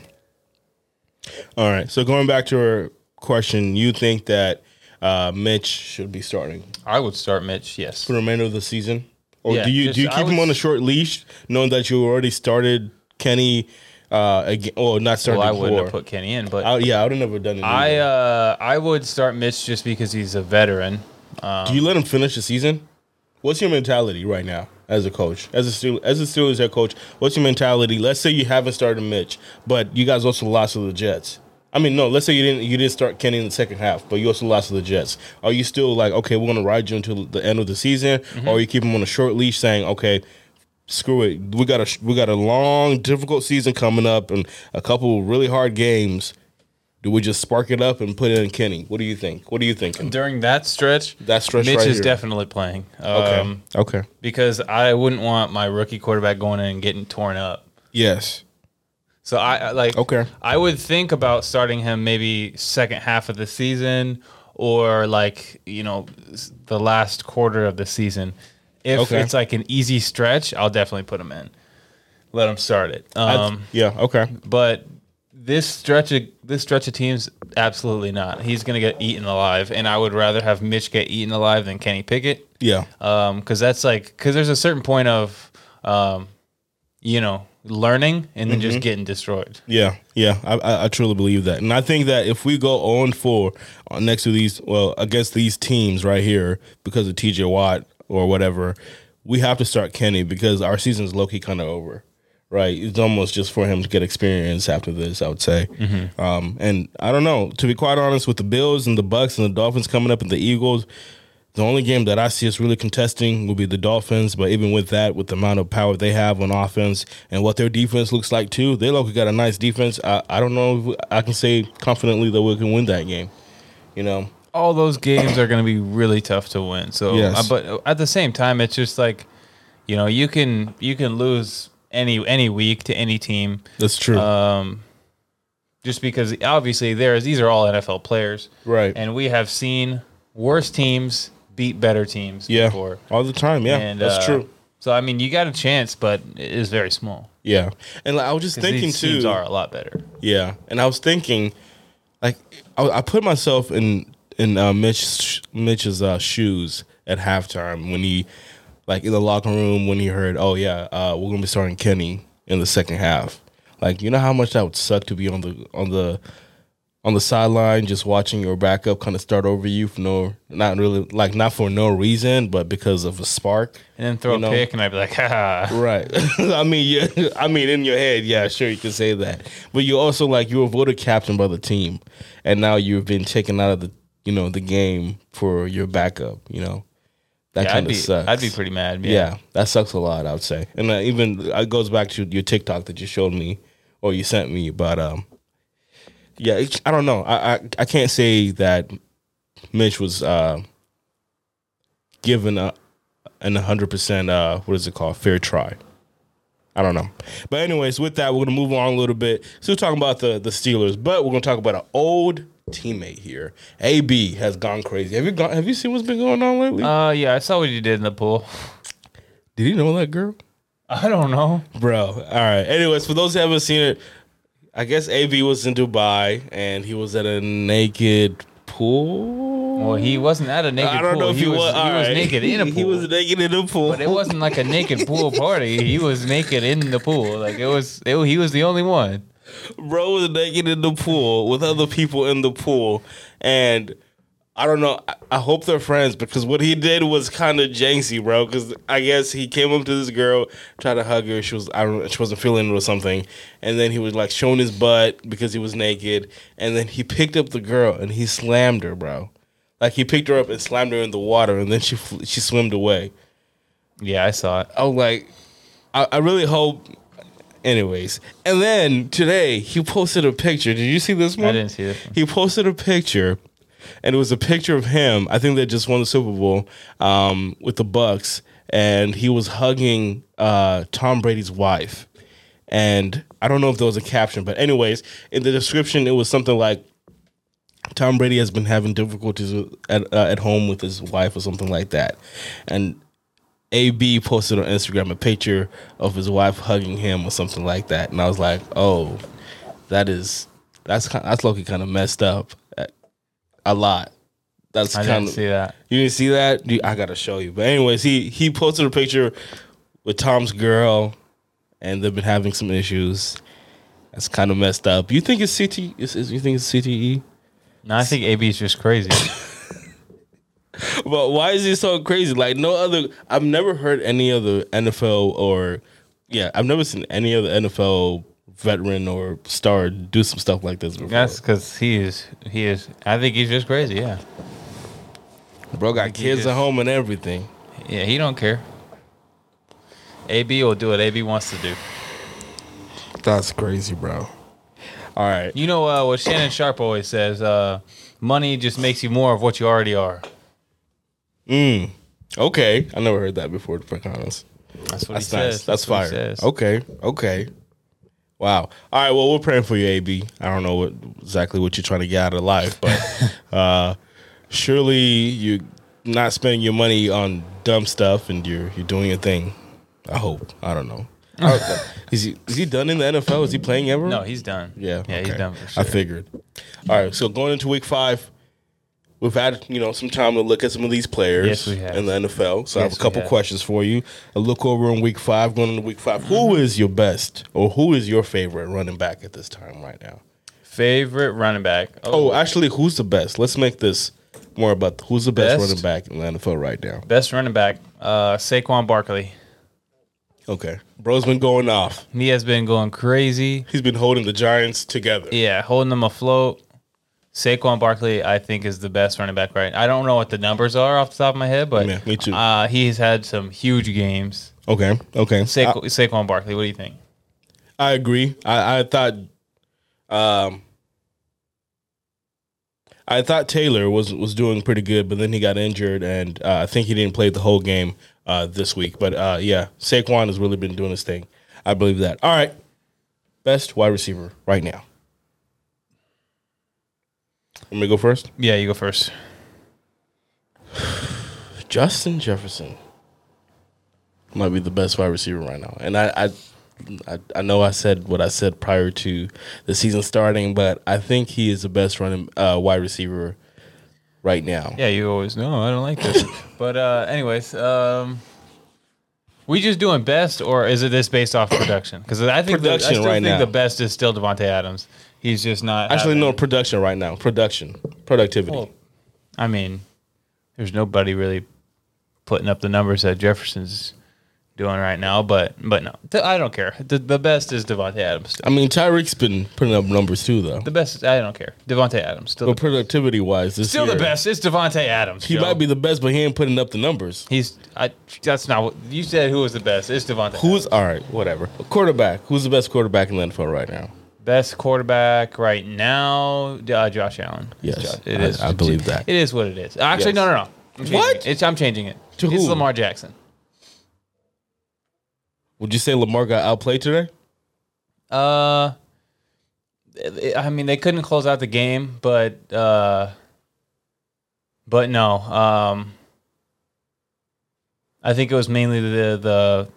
Speaker 2: All right. So going back to her question, you think that uh, Mitch should be starting
Speaker 1: I would start Mitch, yes.
Speaker 2: for the remainder of the season, or
Speaker 1: Yeah,
Speaker 2: do you do you
Speaker 1: just-
Speaker 2: keep
Speaker 1: I
Speaker 2: him
Speaker 1: would-
Speaker 2: on a short leash, knowing that you already started Kenny? Uh, again, oh, not started.
Speaker 1: Well, I wouldn't
Speaker 2: before.
Speaker 1: have put Kenny in, but
Speaker 2: I- yeah, I would have never done it.
Speaker 1: I
Speaker 2: either.
Speaker 1: uh, I would start Mitch just because he's a veteran.
Speaker 2: do you let him finish the season? What's your mentality right now as a coach, as a Steel, as a Steelers head coach? What's your mentality? Let's say you haven't started Mitch, but you guys also lost to the Jets. I mean, no. Let's say you didn't you didn't start Kenny in the second half, but you also lost to the Jets. Are you still like, okay, we're gonna ride you until the end of the season, or you keep him on a short leash, saying, okay, screw it, we got a we got a long, difficult season coming up, and a couple really hard games. Do we just spark it up and put in Kenny? What do you think? What are you thinking?
Speaker 1: During that stretch,
Speaker 2: That stretch
Speaker 1: Mitch
Speaker 2: right
Speaker 1: is
Speaker 2: here.
Speaker 1: definitely playing.
Speaker 2: Okay.
Speaker 1: Um,
Speaker 2: okay.
Speaker 1: because I wouldn't want my rookie quarterback going in and getting torn up.
Speaker 2: Yes.
Speaker 1: So I I, like
Speaker 2: Okay.
Speaker 1: I would think about starting him maybe second half of the season or like you know s- the last quarter of the season. If
Speaker 2: Okay.
Speaker 1: it's like an easy stretch, I'll definitely put him in. Let him start it. Um,
Speaker 2: yeah. Okay.
Speaker 1: but this stretch of this stretch of teams, absolutely not. He's gonna get eaten alive, and I would rather have Mitch get eaten alive than Kenny Pickett.
Speaker 2: Yeah.
Speaker 1: because Um, that's like because there's a certain point of um, you know learning and then
Speaker 2: Mm-hmm.
Speaker 1: just getting destroyed
Speaker 2: Yeah. Yeah. I, I, I truly believe that, and I think that if we go on four on next to these, well, against these teams right here because of T.J. Watt or whatever, we have to start Kenny because our season's low key kind of over. Right, it's almost just for him to get experience after this. I would say, um, and I don't know. To be quite honest, with the Bills and the Bucks and the Dolphins coming up and the Eagles, The only game that I see us really contesting will be the Dolphins, but even with that, with the amount of power they have on offense and what their defense looks like too, they look got a nice defense. I, I don't know if I can say confidently that we can win that game. You know,
Speaker 1: all those games are going to be really tough to win so
Speaker 2: Yes.
Speaker 1: uh, but at the same time it's just like you know you can you can lose any any week to any team
Speaker 2: that's true.
Speaker 1: um, just because obviously there's these are all NFL players
Speaker 2: Right.
Speaker 1: and we have seen worse teams beat better teams
Speaker 2: yeah,
Speaker 1: before
Speaker 2: all the time. Yeah,
Speaker 1: and
Speaker 2: that's
Speaker 1: uh,
Speaker 2: true.
Speaker 1: so I mean you got a chance but it is very small
Speaker 2: Yeah, and like, I was just
Speaker 1: 'Cause
Speaker 2: thinking
Speaker 1: these
Speaker 2: too.
Speaker 1: teams are a lot better
Speaker 2: Yeah, and I was thinking, like, I, I put myself in in uh, Mitch Mitch's uh, shoes at halftime when he, like, in the locker room when he heard, "Oh yeah, uh, we're gonna be starting Kenny in the second half." Like, you know how much that would suck to be on the on the on the sideline just watching your backup kind of start over you for no not really like not for no reason but because of a spark
Speaker 1: and then throw
Speaker 2: You
Speaker 1: a
Speaker 2: know?
Speaker 1: pick, and I'd be like, [laughs] ha.
Speaker 2: [laughs] Right. I mean, yeah. [laughs] I mean, in your head, yeah, sure, you can say that. But you also like you were voted captain by the team, and now you've been taken out of the you know the game for your backup. You know, that
Speaker 1: Yeah, I'd
Speaker 2: kind
Speaker 1: be,
Speaker 2: of sucks.
Speaker 1: I'd be pretty mad. Yeah.
Speaker 2: yeah. that sucks a lot. I would say, and uh, even it goes back to your TikTok that you showed me or you sent me. But um, yeah, it, I don't know. I, I I can't say that Mitch was uh given a an hundred percent uh what is it called fair try. I don't know. But anyways, with that, we're gonna move on a little bit. Still talking about the the Steelers, but we're gonna talk about an old teammate here. AB has gone crazy. Have you gone? Have you seen what's been going on lately?
Speaker 1: Uh, yeah, I saw what you did in the pool. [laughs]
Speaker 2: Did you know that girl,
Speaker 1: I don't know.
Speaker 2: bro? All right. Anyways, for those who haven't seen it, I guess AB was in Dubai and he was at a naked pool.
Speaker 1: Well, he wasn't at a naked
Speaker 2: I don't
Speaker 1: pool.
Speaker 2: know if he,
Speaker 1: [laughs] He
Speaker 2: was.
Speaker 1: was
Speaker 2: alright.
Speaker 1: naked in a pool.
Speaker 2: [laughs] He was naked in a pool.
Speaker 1: but it wasn't like a naked pool party. He was naked in the pool. Like it was. It, he was the only one.
Speaker 2: bro was naked in the pool with other people in the pool, and I don't know. I, I hope they're friends because what he did was kind of janky, bro. Because I guess he came up to this girl, tried to hug her. She was I don't she wasn't feeling it or something, and then he was like showing his butt because he was naked, and then he picked up the girl and he slammed her, bro. Like he picked her up and slammed her in the water, and then she fl- she swam away.
Speaker 1: Yeah, I saw it.
Speaker 2: I was like, I, I really hope. Anyways, and then today he posted a picture. Did you see this one?
Speaker 1: I didn't see this one.
Speaker 2: He posted a picture, and it was a picture of him. I think they just won the Super Bowl um, with the Bucks, and he was hugging uh, Tom Brady's wife. And I don't know if there was a caption, but anyways, in the description it was something like Tom Brady has been having difficulties with, at uh, at home with his wife or something like that, and AB posted on Instagram a picture of his wife hugging him or something like that, and I was like, oh, that is that's kind that's Loki kind of messed up uh, a lot. That's
Speaker 1: I
Speaker 2: kind
Speaker 1: didn't
Speaker 2: of
Speaker 1: see that.
Speaker 2: you didn't see that? Dude, I gotta show you. But anyways, he he posted a picture with Tom's girl, and they've been having some issues. That's kind of messed up. You think it's CT? Is, is- you think it's E? CTE?
Speaker 1: No, I think AB is just [laughs] crazy.
Speaker 2: But why is he so crazy? Like no other. I've never heard any other NFL or yeah, I've never seen any other NFL veteran or star do some stuff like this before.
Speaker 1: That's because he is. He is. I think he's just crazy. Yeah.
Speaker 2: Bro got kids
Speaker 1: just-
Speaker 2: at home and everything.
Speaker 1: Yeah. He don't care. AB will do what AB wants to do.
Speaker 2: That's crazy, bro. All right.
Speaker 1: You know uh, what Shannon Sharp always says: uh, money just makes you more of what you already are.
Speaker 2: Mm. Okay. I never heard that before, to be honest.
Speaker 1: That's what
Speaker 2: That's
Speaker 1: he
Speaker 2: nice.
Speaker 1: says.
Speaker 2: That's,
Speaker 1: what he
Speaker 2: fire.
Speaker 1: says.
Speaker 2: Okay. Okay. Wow. All right. Well, we're praying for you, AB. I don't know what exactly what you're trying to get out of
Speaker 1: [laughs]
Speaker 2: life, but uh, surely you're not spending your money on dumb stuff and you're you're doing your thing. I hope. I don't
Speaker 1: [laughs]
Speaker 2: know. is he is he done in the NFL? Is he playing ever?
Speaker 1: No, he's done.
Speaker 2: Yeah.
Speaker 1: Yeah, he's
Speaker 2: okay.
Speaker 1: done for sure.
Speaker 2: I figured. All right. So going into week five, we've had you know some time to look at some of these players
Speaker 1: Yes, we have.
Speaker 2: in the NFL. So I have a
Speaker 1: Yes, we
Speaker 2: couple
Speaker 1: have.
Speaker 2: questions for you. A look over in week five, going into week five. Who
Speaker 1: Mm-hmm.
Speaker 2: is your best or who is your favorite running back at this time right now?
Speaker 1: Favorite running back.
Speaker 2: Oh, actually, who's the best? Let's make this more about who's the best,
Speaker 1: Best?
Speaker 2: running back in the NFL right now.
Speaker 1: best running back. Uh, Saquon Barkley.
Speaker 2: Okay, bro's been going off.
Speaker 1: He has been going crazy.
Speaker 2: He's been holding the Giants together.
Speaker 1: Yeah, holding them afloat. Saquon Barkley, I think, is the best running back right. I don't know what the numbers are off the top of my head, but
Speaker 2: Yeah, me too.
Speaker 1: Uh, he's had some huge games.
Speaker 2: Okay, okay.
Speaker 1: Saqu- Saquon Barkley, what do you think?
Speaker 2: I agree. I, I thought, um, I thought Taylor was was doing pretty good, but then he got injured, and uh, I think he didn't play the whole game uh, this week. But uh, yeah, Saquon has really been doing his thing. I believe that. All right, best wide receiver right now. Let me to go first.
Speaker 1: Yeah, you go first.
Speaker 2: Justin Jefferson might be the best wide receiver right now, and I, I, I, I know I said what I said prior to the season starting, but I think he is the best running uh, wide receiver right now.
Speaker 1: Yeah, you always know. I don't like this. but uh, anyways, um, we just doing best, or is it this based off production? Because I think the, I
Speaker 2: Production
Speaker 1: still
Speaker 2: right
Speaker 1: think
Speaker 2: now.
Speaker 1: the best is still Devonte Adams. He's just not
Speaker 2: Actually,
Speaker 1: having-
Speaker 2: no production right now. Production, productivity.
Speaker 1: Well, I mean, there's nobody really putting up the numbers that Jefferson's doing right now, but but no, Th- I don't care. The, the best is Devonte Adams. Still.
Speaker 2: I mean, Tyreek's been putting up numbers too, though.
Speaker 1: The best, is, I don't care. Devonte Adams still
Speaker 2: But productivity wise, this
Speaker 1: still the
Speaker 2: year,
Speaker 1: best. It's Devonte Adams.
Speaker 2: He
Speaker 1: Joe.
Speaker 2: might be the best, but he ain't putting up the numbers.
Speaker 1: He's I. That's not what you said. Who was the best? It's Devonte.
Speaker 2: Who's all right? Whatever. Quarterback. Who's the best quarterback in the NFL right now?
Speaker 1: best quarterback right now? Uh, Josh Allen.
Speaker 2: Yes,
Speaker 1: It's Josh- it
Speaker 2: I-
Speaker 1: is.
Speaker 2: I believe that.
Speaker 1: It is what it is. Actually,
Speaker 2: Yes.
Speaker 1: no, no, no. I'm changing
Speaker 2: What?
Speaker 1: It. It's, I'm changing it.
Speaker 2: To
Speaker 1: it's
Speaker 2: who?
Speaker 1: Lamar Jackson.
Speaker 2: Would you say Lamar got outplayed today?
Speaker 1: Uh, it- I mean, they couldn't close out the game, but uh, but no. Um, I think it was mainly the the.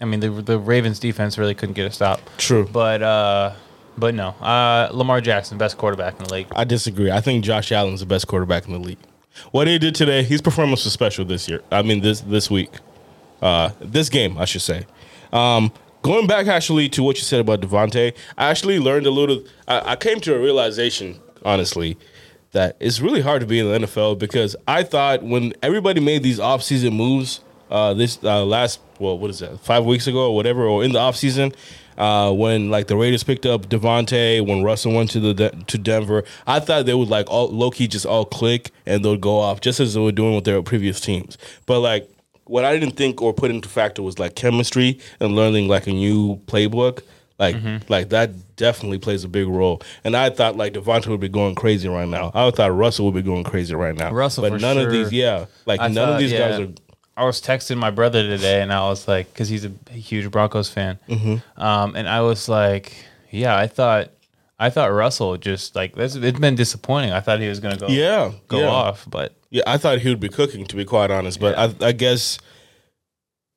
Speaker 1: I mean, the the Ravens defense really couldn't get a stop,
Speaker 2: True.
Speaker 1: but uh, but no. Uh, Lamar Jackson, best quarterback in the league.
Speaker 2: I disagree. I think Josh Allen's the best quarterback in the league. What he did today, his performance was special this year. I mean this this week, uh, this game, I should say. Um, going back actually to what you said about Devontae, I actually learned a little. I, I came to a realization, honestly, that it's really hard to be in the NFL because I thought when everybody made these offseason moves, uh, this uh, last well, what is that, five weeks ago or whatever, or in the offseason, uh, when like the Raiders picked up Devontae, when Russell went to the De- to Denver, I thought they would like all low key just all click and they'll go off just as they were doing with their previous teams. But like what I didn't think or put into factor was like chemistry and learning like a new playbook. Like
Speaker 1: Mm-hmm.
Speaker 2: like that definitely plays a big role. And I thought like Devontae would be going crazy right now. I thought Russell would be going crazy right now.
Speaker 1: Russell,
Speaker 2: but
Speaker 1: for
Speaker 2: none of
Speaker 1: sure.
Speaker 2: these, yeah, like
Speaker 1: I
Speaker 2: none
Speaker 1: thought,
Speaker 2: of these guys
Speaker 1: yeah.
Speaker 2: are.
Speaker 1: I was texting my brother today, and I was like, because he's a huge Broncos fan,
Speaker 2: Mm-hmm.
Speaker 1: um, and I was like, yeah, I thought, I thought Russell just like that's it's been disappointing. I thought he was gonna go,
Speaker 2: Yeah,
Speaker 1: go
Speaker 2: yeah.
Speaker 1: off, but
Speaker 2: Yeah, I thought he would be cooking, to be quite honest. But I, I guess,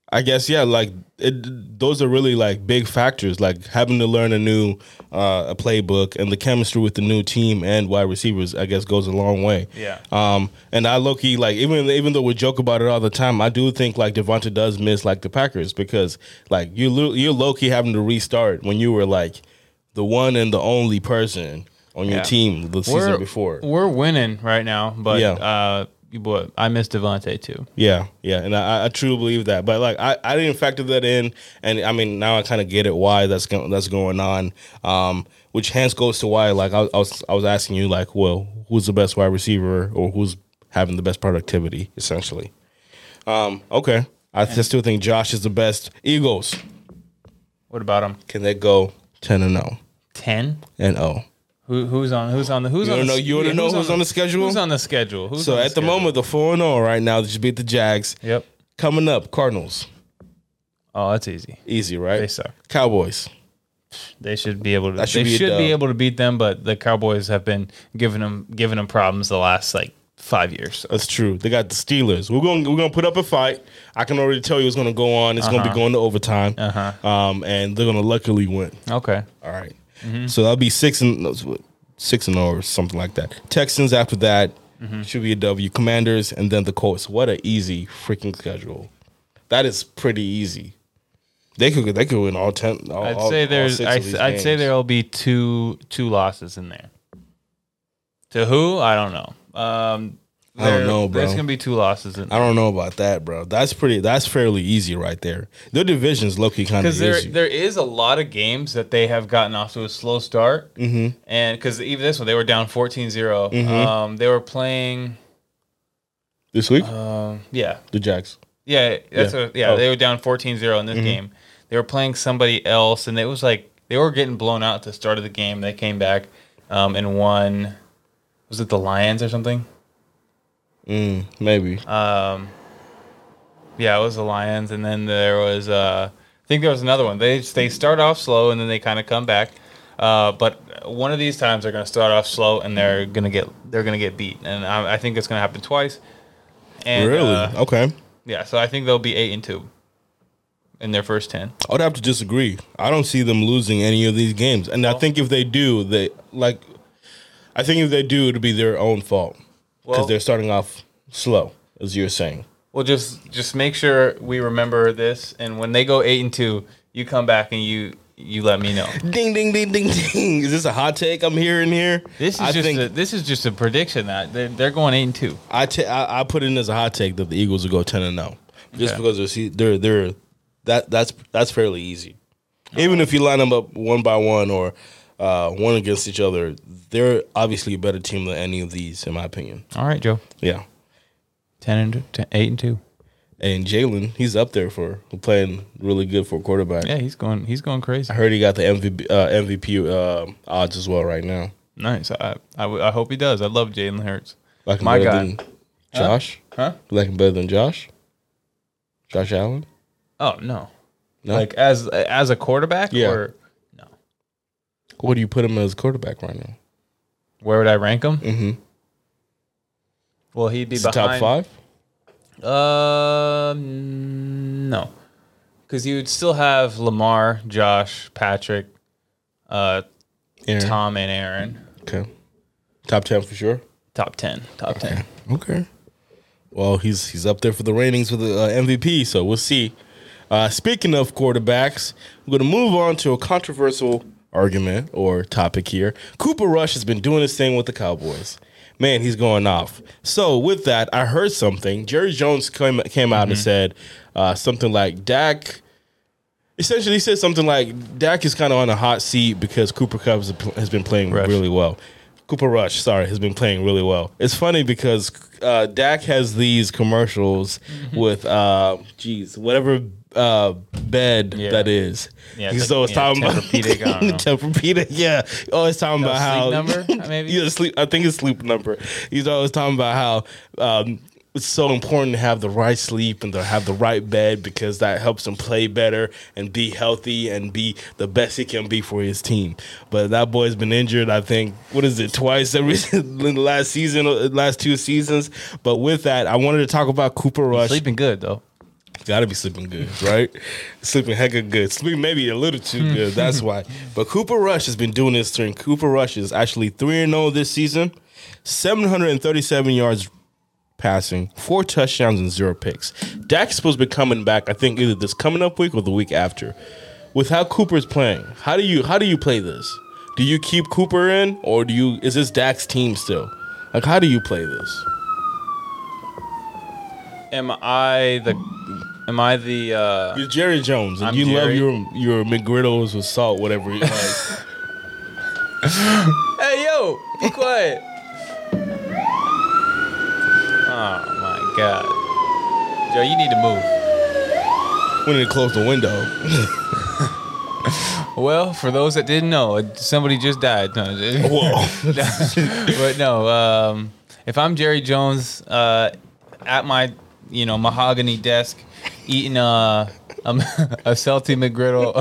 Speaker 2: I guess, yeah, like it, those are really like big factors, like having to learn a new uh, a playbook and the chemistry with the new team and wide receivers. I guess goes a long way.
Speaker 1: yeah,
Speaker 2: Um, and I low key like even even though we joke about it all the time, I do think like Devonta does miss like the Packers because like you lo- you're low key having to restart when you were like the one and the only person on your
Speaker 1: Yeah.
Speaker 2: team the season before.
Speaker 1: we're winning right now, but
Speaker 2: Yeah.
Speaker 1: uh, you- boy, I miss Devontae too.
Speaker 2: Yeah, yeah, and I, I truly believe that. But like, I, I didn't factor that in, and I mean now I kind of get it why that's go- that's going on. Um, which hence goes to why like I, was- I was I was asking you like, well, who's the best wide receiver or who's having the best productivity essentially? Um, okay, I th- still think Josh is the best. Eagles
Speaker 1: What about him?
Speaker 2: can they go ten and zero
Speaker 1: Ten?
Speaker 2: and zero?
Speaker 1: Who, who's on? Who's on the? Who's
Speaker 2: You
Speaker 1: on?
Speaker 2: wanna
Speaker 1: the,
Speaker 2: know- you wanna know who's on the schedule?
Speaker 1: Who's on the schedule? Who's
Speaker 2: So
Speaker 1: on the
Speaker 2: at the
Speaker 1: schedule?
Speaker 2: moment, the four and zero right now. They just beat the Jags.
Speaker 1: yep.
Speaker 2: Coming up, Cardinals.
Speaker 1: Oh, that's easy.
Speaker 2: Easy,
Speaker 1: They
Speaker 2: right?
Speaker 1: suck.
Speaker 2: Cowboys.
Speaker 1: They should be able to.
Speaker 2: should
Speaker 1: they
Speaker 2: be a
Speaker 1: should be
Speaker 2: dub.
Speaker 1: able to beat them, but the Cowboys have been giving them giving them problems the last like five years.
Speaker 2: That's true. They got the Steelers. We're going. We're going to put up a fight. I can already tell you what's going to go on. It's going to be going to overtime.
Speaker 1: Uh-huh.
Speaker 2: Um, and they're going to luckily win.
Speaker 1: Okay.
Speaker 2: All right.
Speaker 1: Mm-hmm.
Speaker 2: So that'll be six and no, it's what, six and oh or something like that. Texans after that
Speaker 1: Mm-hmm.
Speaker 2: should be a W. Commanders and then the Colts. What an easy freaking schedule. That is pretty easy. They could. They could win all ten. all-
Speaker 1: I'd
Speaker 2: all-
Speaker 1: say
Speaker 2: all
Speaker 1: there's.
Speaker 2: six of
Speaker 1: I,
Speaker 2: these
Speaker 1: I'd say
Speaker 2: games.
Speaker 1: there'll be two two losses in there. To who? I don't know. Um,
Speaker 2: I don't
Speaker 1: there-
Speaker 2: know, bro.
Speaker 1: There's gonna be two losses in
Speaker 2: I don't know about that, bro. That's pretty. That's fairly easy right there. Their division's low key kind of
Speaker 1: because there
Speaker 2: easy.
Speaker 1: there is a lot of games that they have gotten off to a slow start, mm-hmm. and because even this one they were down 14-0.
Speaker 2: Mm-hmm.
Speaker 1: Um, they were playing.
Speaker 2: This week,
Speaker 1: Um, yeah,
Speaker 2: the Jags.
Speaker 1: Yeah, that's
Speaker 2: Yeah.
Speaker 1: What, yeah.
Speaker 2: Oh. Mm-hmm.
Speaker 1: They were down 14-0 in this game. They were playing somebody else, and it was like they were getting blown out at the start of the game. They came back um, and won. Was it the Lions or something?
Speaker 2: Mm, maybe.
Speaker 1: uh, Yeah, it was the Lions, and then there was uh, I think there was another one. They they start off slow, and then they kind of come back. Uh, but one of these times they're going to start off slow, and they're going to get they're going to get beat, and I, I think it's going to happen twice. And,
Speaker 2: really?
Speaker 1: uh,
Speaker 2: okay.
Speaker 1: yeah. So I think they'll be eight and two in their first ten.
Speaker 2: I would have to disagree. I don't see them losing any of these games, and I think if they do, they like. I think if they do, it'll be their own fault because
Speaker 1: Well-
Speaker 2: they're starting off slow, as you're saying.
Speaker 1: Well, just just make sure we remember this, and when they go eight and two, you come back and you you let me [laughs] know.
Speaker 2: Ding, ding, ding, ding, [laughs] ding. Is this a hot take I'm hearing here?
Speaker 1: This is
Speaker 2: I
Speaker 1: just
Speaker 2: think
Speaker 1: a, this is just a prediction that they're, they're going eight and two.
Speaker 2: I, ta- I I put in as a hot take that the Eagles will go ten and zero, just
Speaker 1: Okay.
Speaker 2: because they're se- they're they're that that's that's fairly easy. Even if you line them up one by one or uh, one against each other, they're obviously a better team than any of these, in my opinion.
Speaker 1: All right, Joe.
Speaker 2: Yeah,
Speaker 1: Ten and ten, eight and two.
Speaker 2: and Jalen, he's up there for playing really good for a quarterback.
Speaker 1: Yeah, he's going he's going crazy.
Speaker 2: I heard he got the MVP uh, MVP uh, odds as well right now.
Speaker 1: Nice. I I, w- I hope he does. I love Jalen Hurts.
Speaker 2: Like him
Speaker 1: My
Speaker 2: better
Speaker 1: guy.
Speaker 2: than Josh.
Speaker 1: Huh?
Speaker 2: You Like him better than Josh. Josh Allen.
Speaker 1: Oh no.
Speaker 2: No?
Speaker 1: Like as as a quarterback?
Speaker 2: Yeah.
Speaker 1: Or no.
Speaker 2: What do you put him as quarterback right now?
Speaker 1: Where would I rank him?
Speaker 2: Mm-hmm.
Speaker 1: Well, he'd be
Speaker 2: Is he top
Speaker 1: behind.
Speaker 2: five?
Speaker 1: Um, no, because you would still have Lamar, Josh, Patrick, uh,
Speaker 2: Yeah.
Speaker 1: Tom, and Aaron.
Speaker 2: Okay. Top ten for sure.
Speaker 1: Top ten. Top ten.
Speaker 2: Okay. Well, he's he's up there for the ratings with the uh, MVP, so we'll see. Uh, speaking of quarterbacks, we're going to move on to a controversial argument or topic here. Cooper Rush has been doing his thing with the Cowboys. Man, he's going off. So with that, I heard something. Jerry Jones came, came out
Speaker 1: Mm-hmm.
Speaker 2: and said uh, something like Dak. Essentially, he said something like Dak is kind of on a hot seat because Cooper Cup has- has been playing
Speaker 1: Rush.
Speaker 2: really well. Cooper Rush, sorry, has been playing really well. It's funny because uh, Dak has these commercials
Speaker 1: Mm-hmm.
Speaker 2: with, uh, geez, whatever uh, bed
Speaker 1: Yeah.
Speaker 2: that is.
Speaker 1: Yeah,
Speaker 2: Yeah,
Speaker 1: it's
Speaker 2: so
Speaker 1: like-
Speaker 2: it's
Speaker 1: yeah,
Speaker 2: talking about
Speaker 1: Tempur-Pedic, I don't know.
Speaker 2: [laughs] Tempur-Pedic, yeah. Oh, it's talking about how
Speaker 1: sleep
Speaker 2: [laughs]
Speaker 1: number, maybe?
Speaker 2: yeah, sleep. I think it's sleep number. He's always talking about how um, it's so important to have the right sleep and to have the right bed because that helps him play better and be healthy and be the best he can be for his team. But that boy's been injured. I think what is it twice every [laughs] in the last season, uh, last two seasons. But with that, I wanted to talk about Cooper Rush.
Speaker 1: Sleeping good though.
Speaker 2: Gotta be sleeping good, right? sleeping hecka good. Sleeping maybe a little too good. That's why. But Cooper Rush has been doing this thing. Cooper Rush is actually 3 and 0 this season, 737 yards passing, four touchdowns, and zero picks. Dak's supposed to be coming back, I think, either this coming up week or the week after. With how Cooper's playing, how do you how do you play this? Do you keep Cooper in or do you is this Dak's team still? Like how do you play this?
Speaker 1: Am I the? Am I the? Uh,
Speaker 2: You're Jerry Jones, and
Speaker 1: I'm
Speaker 2: you
Speaker 1: Jerry.
Speaker 2: love your your McGriddles with salt, whatever. You like.
Speaker 1: [laughs] hey yo, be quiet. oh my god, Joe, you need to move.
Speaker 2: we need to close the window.
Speaker 1: Well, for those that didn't know, somebody just died. No,
Speaker 2: Whoa!
Speaker 1: but no. Um, if I'm Jerry Jones uh, at my you know mahogany desk eating a a, [laughs] a salty McGriddle,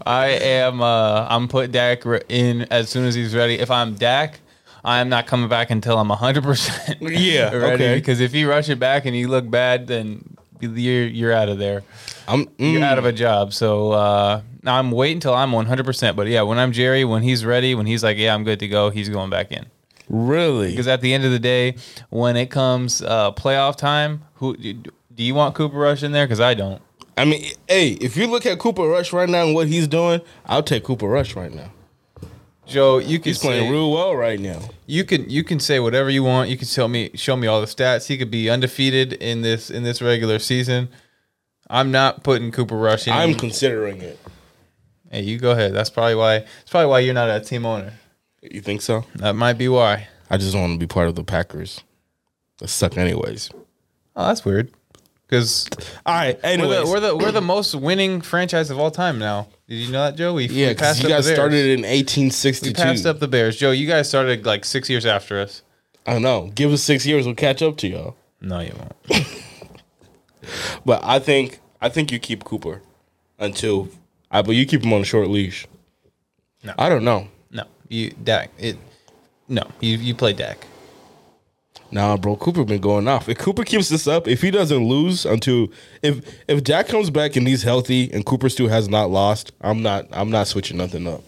Speaker 1: [laughs] I am uh, I'm put Dak re- in as soon as he's ready. If I'm Dak. I am not coming back until I'm 100%
Speaker 2: Yeah,
Speaker 1: [laughs] ready
Speaker 2: okay.
Speaker 1: because if you rush it back and you look bad, then you're you're out of there
Speaker 2: I'm mm,
Speaker 1: you're out of a job. So uh, now I'm waiting till I'm 100%. But yeah, when I'm Jerry, when he's ready, when he's like, yeah, I'm good to go, he's going back in.
Speaker 2: really.
Speaker 1: Because at the end of the day, when it comes uh, playoff time, who do you want Cooper Rush in there? Because I don't.
Speaker 2: I mean, hey, if you look at Cooper Rush right now and what he's doing, I'll take Cooper Rush right now.
Speaker 1: Joe, you can
Speaker 2: He's playing
Speaker 1: say,
Speaker 2: real well right now.
Speaker 1: you can you can say whatever you want. You can tell me show me all the stats. He could be undefeated in this in this regular season. I'm not putting Cooper Rush in.
Speaker 2: I'm considering it.
Speaker 1: hey, you go ahead. That's probably why. That's probably why you're not a team owner.
Speaker 2: You think so?
Speaker 1: That might be why.
Speaker 2: I just don't want to be part of the Packers. They suck, anyways.
Speaker 1: Oh, that's weird. Because
Speaker 2: All right.
Speaker 1: We're
Speaker 2: Anyways,
Speaker 1: the, we're the we're the most winning franchise of all time now. Did you know that, Joe? We,
Speaker 2: yeah,
Speaker 1: we
Speaker 2: because
Speaker 1: passed
Speaker 2: you
Speaker 1: up
Speaker 2: guys
Speaker 1: the Bears.
Speaker 2: started in
Speaker 1: we passed
Speaker 2: 1862.
Speaker 1: up the Bears. Joe, you guys started like six years after us.
Speaker 2: I know. Give us six years, we'll catch up to y'all.
Speaker 1: No, you won't.
Speaker 2: But I think I think you keep Cooper until I but you keep him on a short leash.
Speaker 1: No.
Speaker 2: I don't know.
Speaker 1: No, you Dak. It no, you you play Dak.
Speaker 2: Nah, bro, Cooper been going off. If Cooper keeps this up, if he doesn't lose until if if Jack comes back and he's healthy and Cooper still has not lost, I'm not I'm not switching nothing up.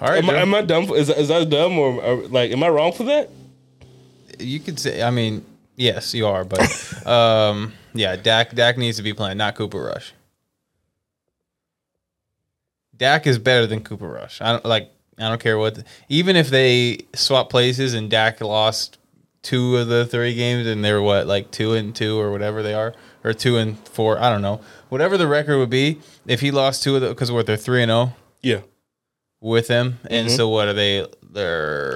Speaker 1: All right,
Speaker 2: Am I,
Speaker 1: Joe.
Speaker 2: am I dumb? For, is is that dumb or or, like am I wrong for that?
Speaker 1: you could say. I mean, yes, you are,
Speaker 2: [laughs]
Speaker 1: but um, yeah, Dak Dak needs to be playing, not Cooper Rush. Dak is better than Cooper Rush. I don't like. I don't care what. even if they swap places and Dak lost two of the three games, and they're what like two and two or whatever they are, or two and four. I don't know. Whatever the record would be, if he lost two of the because what they're three and zero
Speaker 2: Yeah,
Speaker 1: with him, and so what are they? They're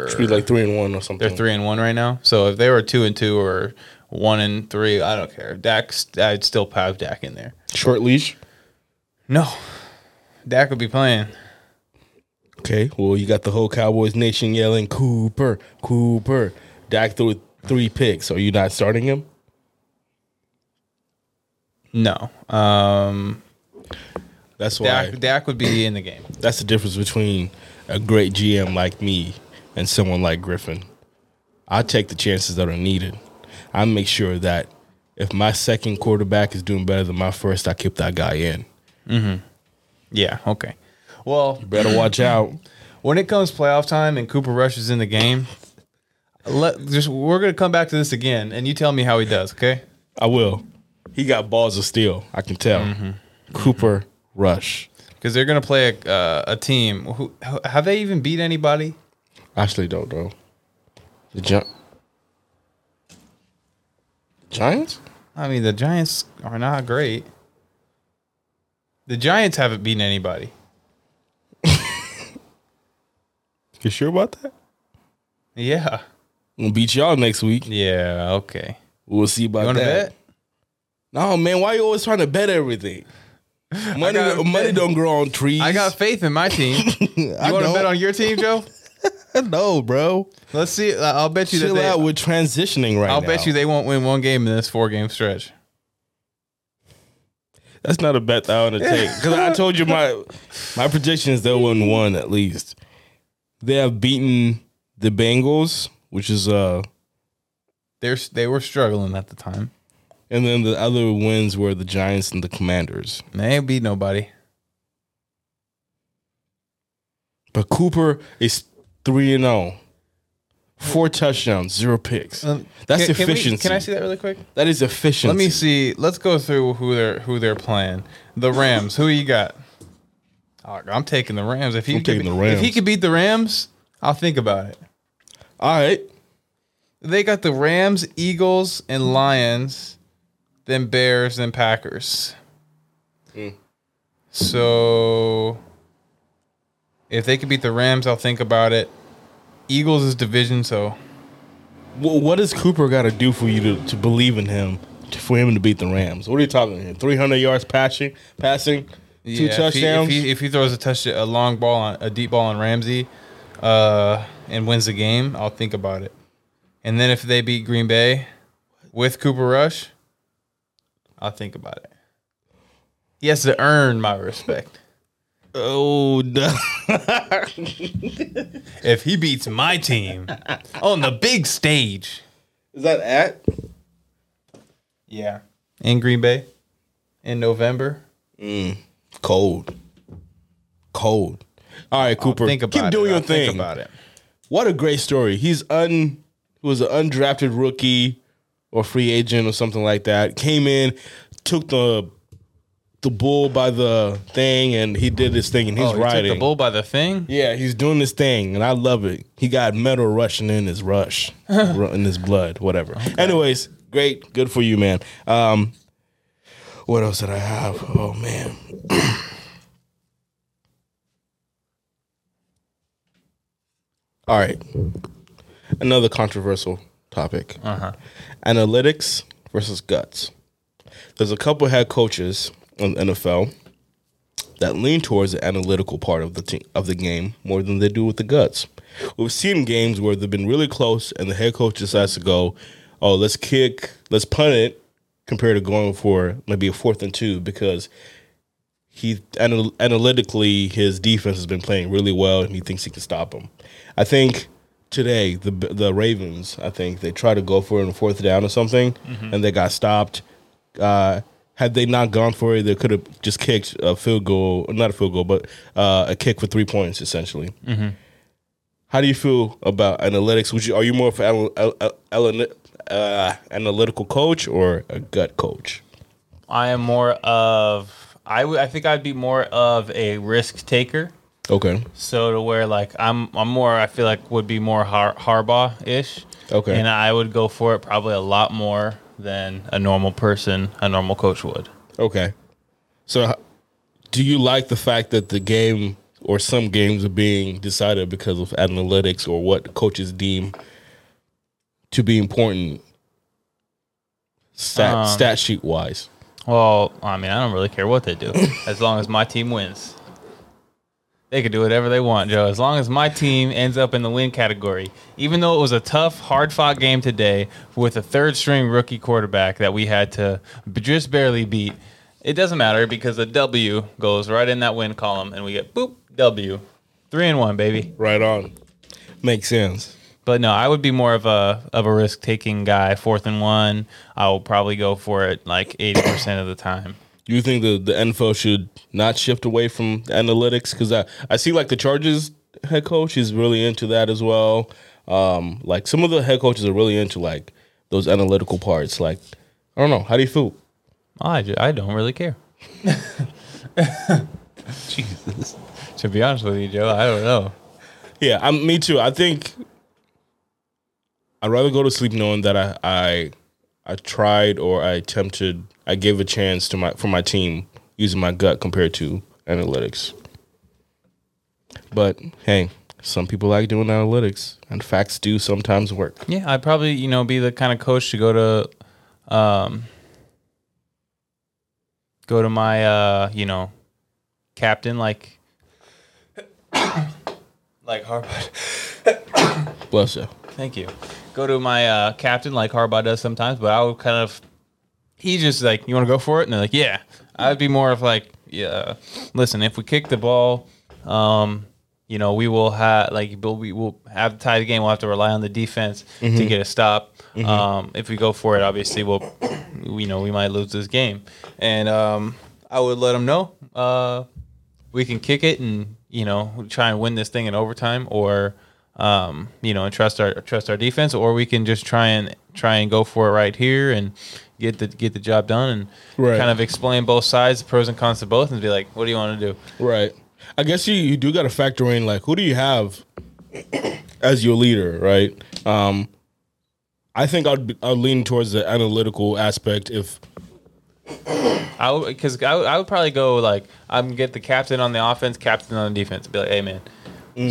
Speaker 2: Mm-hmm. should be like three and one or
Speaker 1: they're
Speaker 2: something.
Speaker 1: three and one right now. So if they were two and two or one and three, I don't care. Dak's I'd still have Dak in there.
Speaker 2: short leash.
Speaker 1: No, Dak would be playing.
Speaker 2: Okay, well you got the whole Cowboys nation yelling Cooper, Cooper. Dak threw three picks. Are you not starting him?
Speaker 1: No. Um,
Speaker 2: That's why.
Speaker 1: Dak, Dak would be in the game.
Speaker 2: That's the difference between a great GM like me and someone like Griffin. I take the chances that are needed. I make sure that if my second quarterback is doing better than my first, I keep that guy in.
Speaker 1: Yeah. Okay. Well,
Speaker 2: Better watch out.
Speaker 1: when it comes playoff time and Cooper Rush is in the game, let just we're gonna come back to this again, and you tell me how he does. Okay.
Speaker 2: I will. He got balls of steel. I can tell. Cooper Rush.
Speaker 1: Because they're gonna play a, uh, a team. Who who- have they even beat anybody?
Speaker 2: Actually, don't know. The Gi- Giants?
Speaker 1: I mean, the Giants are not great. The Giants haven't beaten anybody.
Speaker 2: You sure about that?
Speaker 1: Yeah.
Speaker 2: We'll beat y'all next week.
Speaker 1: Yeah. Okay.
Speaker 2: We'll see about
Speaker 1: You want to
Speaker 2: that.
Speaker 1: bet?
Speaker 2: No, man, why you always trying to bet everything? Money,
Speaker 1: got a
Speaker 2: money
Speaker 1: bet.
Speaker 2: don't grow on trees.
Speaker 1: I got faith in my team. You
Speaker 2: [laughs] I
Speaker 1: want to
Speaker 2: don't.
Speaker 1: bet on your team, Joe?
Speaker 2: no, bro.
Speaker 1: Let's see. I- I'll bet you that
Speaker 2: Chill
Speaker 1: they,
Speaker 2: out. We're transitioning right
Speaker 1: I'll
Speaker 2: now.
Speaker 1: bet you they won't win one game in this four game stretch.
Speaker 2: that's not a bet that I want to take because I told
Speaker 1: [laughs]
Speaker 2: you my my prediction is they'll win one at least. They have beaten the Bengals, which is uh,
Speaker 1: They're they were struggling at the time.
Speaker 2: and then the other wins were the Giants and the Commanders.
Speaker 1: They ain't beat nobody.
Speaker 2: But Cooper is three and zero, four touchdowns, zero picks.
Speaker 1: Um,
Speaker 2: That's
Speaker 1: can- can we-
Speaker 2: efficiency.
Speaker 1: Can, I see that really quick?
Speaker 2: That is efficiency.
Speaker 1: Let me see. Let's go through who they're who they're playing. The Rams. Who you got? Oh, I'm taking the Rams. If he
Speaker 2: I'm
Speaker 1: could
Speaker 2: taking
Speaker 1: be-
Speaker 2: the Rams.
Speaker 1: if he could beat the Rams, I'll think about it.
Speaker 2: All right.
Speaker 1: They got the Rams, Eagles, and Lions, then Bears, then Packers. So if they could beat the Rams, I'll think about it. Eagles is division, so
Speaker 2: Well, what does Cooper got to do for you to, to believe in him, to, for him to beat the Rams? What are you talking here? 300 yards passing, passing, two
Speaker 1: Yeah, if he-
Speaker 2: touchdowns.
Speaker 1: If he, if he, throws a touch a long ball on a deep ball on Ramsey, uh, and wins the game, I'll think about it. And then if they beat Green Bay with Cooper Rush, I'll think about it. He has to earn my respect. [laughs]
Speaker 2: oh, no.
Speaker 1: If he beats my [laughs] team on the big stage,
Speaker 2: is that at?
Speaker 1: yeah, in Green Bay in November,
Speaker 2: Cold, cold. All right, Cooper,
Speaker 1: think about
Speaker 2: keep doing
Speaker 1: it.
Speaker 2: your
Speaker 1: I'll
Speaker 2: thing.
Speaker 1: Think about it.
Speaker 2: What a great story. He's un he was an undrafted rookie or free agent or something like that. Came in, took the the bull by the thing, and he did his thing, and he's
Speaker 1: Oh, he took
Speaker 2: riding.
Speaker 1: the bull by the thing.
Speaker 2: [laughs] Yeah, he's doing this thing, and I love it. He got metal rushing in his rush, ru- in his blood, whatever. Anyways, great, good for you, man. Um, what else did I have? Oh man, [clears throat] all right. Another controversial topic:
Speaker 1: Uh huh.
Speaker 2: analytics versus guts. There's a couple head coaches in the NFL that lean towards the analytical part of the team, of the game more than they do with the guts. We've seen games where they've been really close and the head coach decides to go, "Oh, let's kick, let's punt it," compared to going for maybe a fourth and two because he anal- analytically his defense has been playing really well and he thinks he can stop them. I think today the the Ravens, I think they tried to go for it on fourth down or something and they got stopped. Uh, had they not gone for it, they could have just kicked a field goal, not a field goal, but uh, a kick for three points essentially. How do you feel about analytics? Would you are you more of an anal- uh, uh, uh, analytical coach or a gut coach?
Speaker 1: I am more of I would I think I'd be more of a risk taker.
Speaker 2: Okay,
Speaker 1: So to where like I'm I'm more I feel like would be more Har- Harbaugh ish.
Speaker 2: Okay.
Speaker 1: And I would go for it probably a lot more than a normal person, a normal coach would.
Speaker 2: Okay. So, h- do you like the fact that the game or some games are being decided because of analytics or what coaches deem to be important stat,
Speaker 1: Um,
Speaker 2: stat sheet wise?
Speaker 1: Well, I mean I don't really care what they do as long as my team wins. They could do whatever they want, Joe. As long as my team ends up in the win category, even though it was a tough, hard-fought game today with a third-string rookie quarterback that we had to b- just barely beat, it doesn't matter because the W goes right in that win column, and we get boop W, three and one, baby.
Speaker 2: Right on. Makes sense.
Speaker 1: But no, I would be more of a of a risk taking guy. Fourth and one, I will probably go for it like eighty percent of the time.
Speaker 2: Do you think the the info should not shift away from analytics? Because I I see like the Chargers head coach is really into that as well. Um, like some of the head coaches are really into like those analytical parts. Like I don't know, how do you feel?
Speaker 1: I ju- I don't really care.
Speaker 3: Jesus.
Speaker 1: To be honest with you, Joe, I don't know.
Speaker 2: Yeah, I'm, me too. I think I'd rather go to sleep knowing that I, I I tried or I attempted, I gave a chance to my for my team using my gut compared to analytics. But hey, some people like doing analytics, and facts do sometimes work.
Speaker 1: Yeah, I'd probably you know be the kind of coach to go to, um, go to my uh you know, captain like, [coughs] like Harbaugh.
Speaker 2: Bless you.
Speaker 1: Thank you. Go to my uh, captain like Harbaugh does sometimes, but I would kind of he just like you want to go for it, and they're like yeah. I'd be more of like yeah. Listen, if we kick the ball, um, you know we will have like but we will have to tie the game. We'll have to rely on the defense to get a stop. Um, if we go for it, obviously we'll you know we might lose this game, and um, I would let them know. Uh, we can kick it and you know try and win this thing in overtime or um, you know and trust our trust our defense or we can just try and try and go for it right here and get the get the job done and
Speaker 2: Right.
Speaker 1: kind of explain both sides the pros and cons to both and be like what do you want to do
Speaker 2: Right. I guess you, you do got to factor in like who do you have [coughs] as your leader, right? Um, I think I'd be- I'd lean towards the analytical aspect if
Speaker 1: I would because I, would- I would probably go like I'm get the captain on the offense captain on the defense be like hey man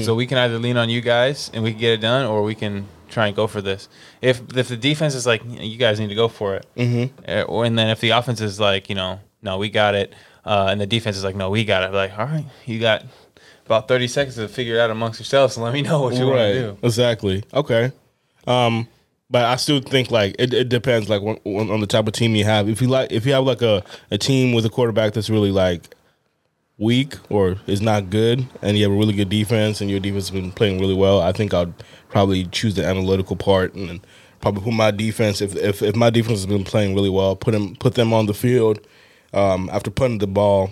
Speaker 1: so we can either lean on you guys and we can get it done or we can try and go for this if if the defense is like you guys need to go for it Uh, or- and then if the offense is like you know no we got it uh, and the defense is like no we got it like all right you got about 30 seconds to figure it out amongst yourselves and let me know what you want to do
Speaker 2: Exactly. Okay. Um, but I still think like it, it depends like on, on on the type of team you have. If you like, if you have like a, a team with a quarterback that's really like weak or is not good, and you have a really good defense, and your defense has been playing really well, I think I'd probably choose the analytical part and then probably put my defense. If if, if my defense has been playing really well, put them put them on the field um, after putting the ball.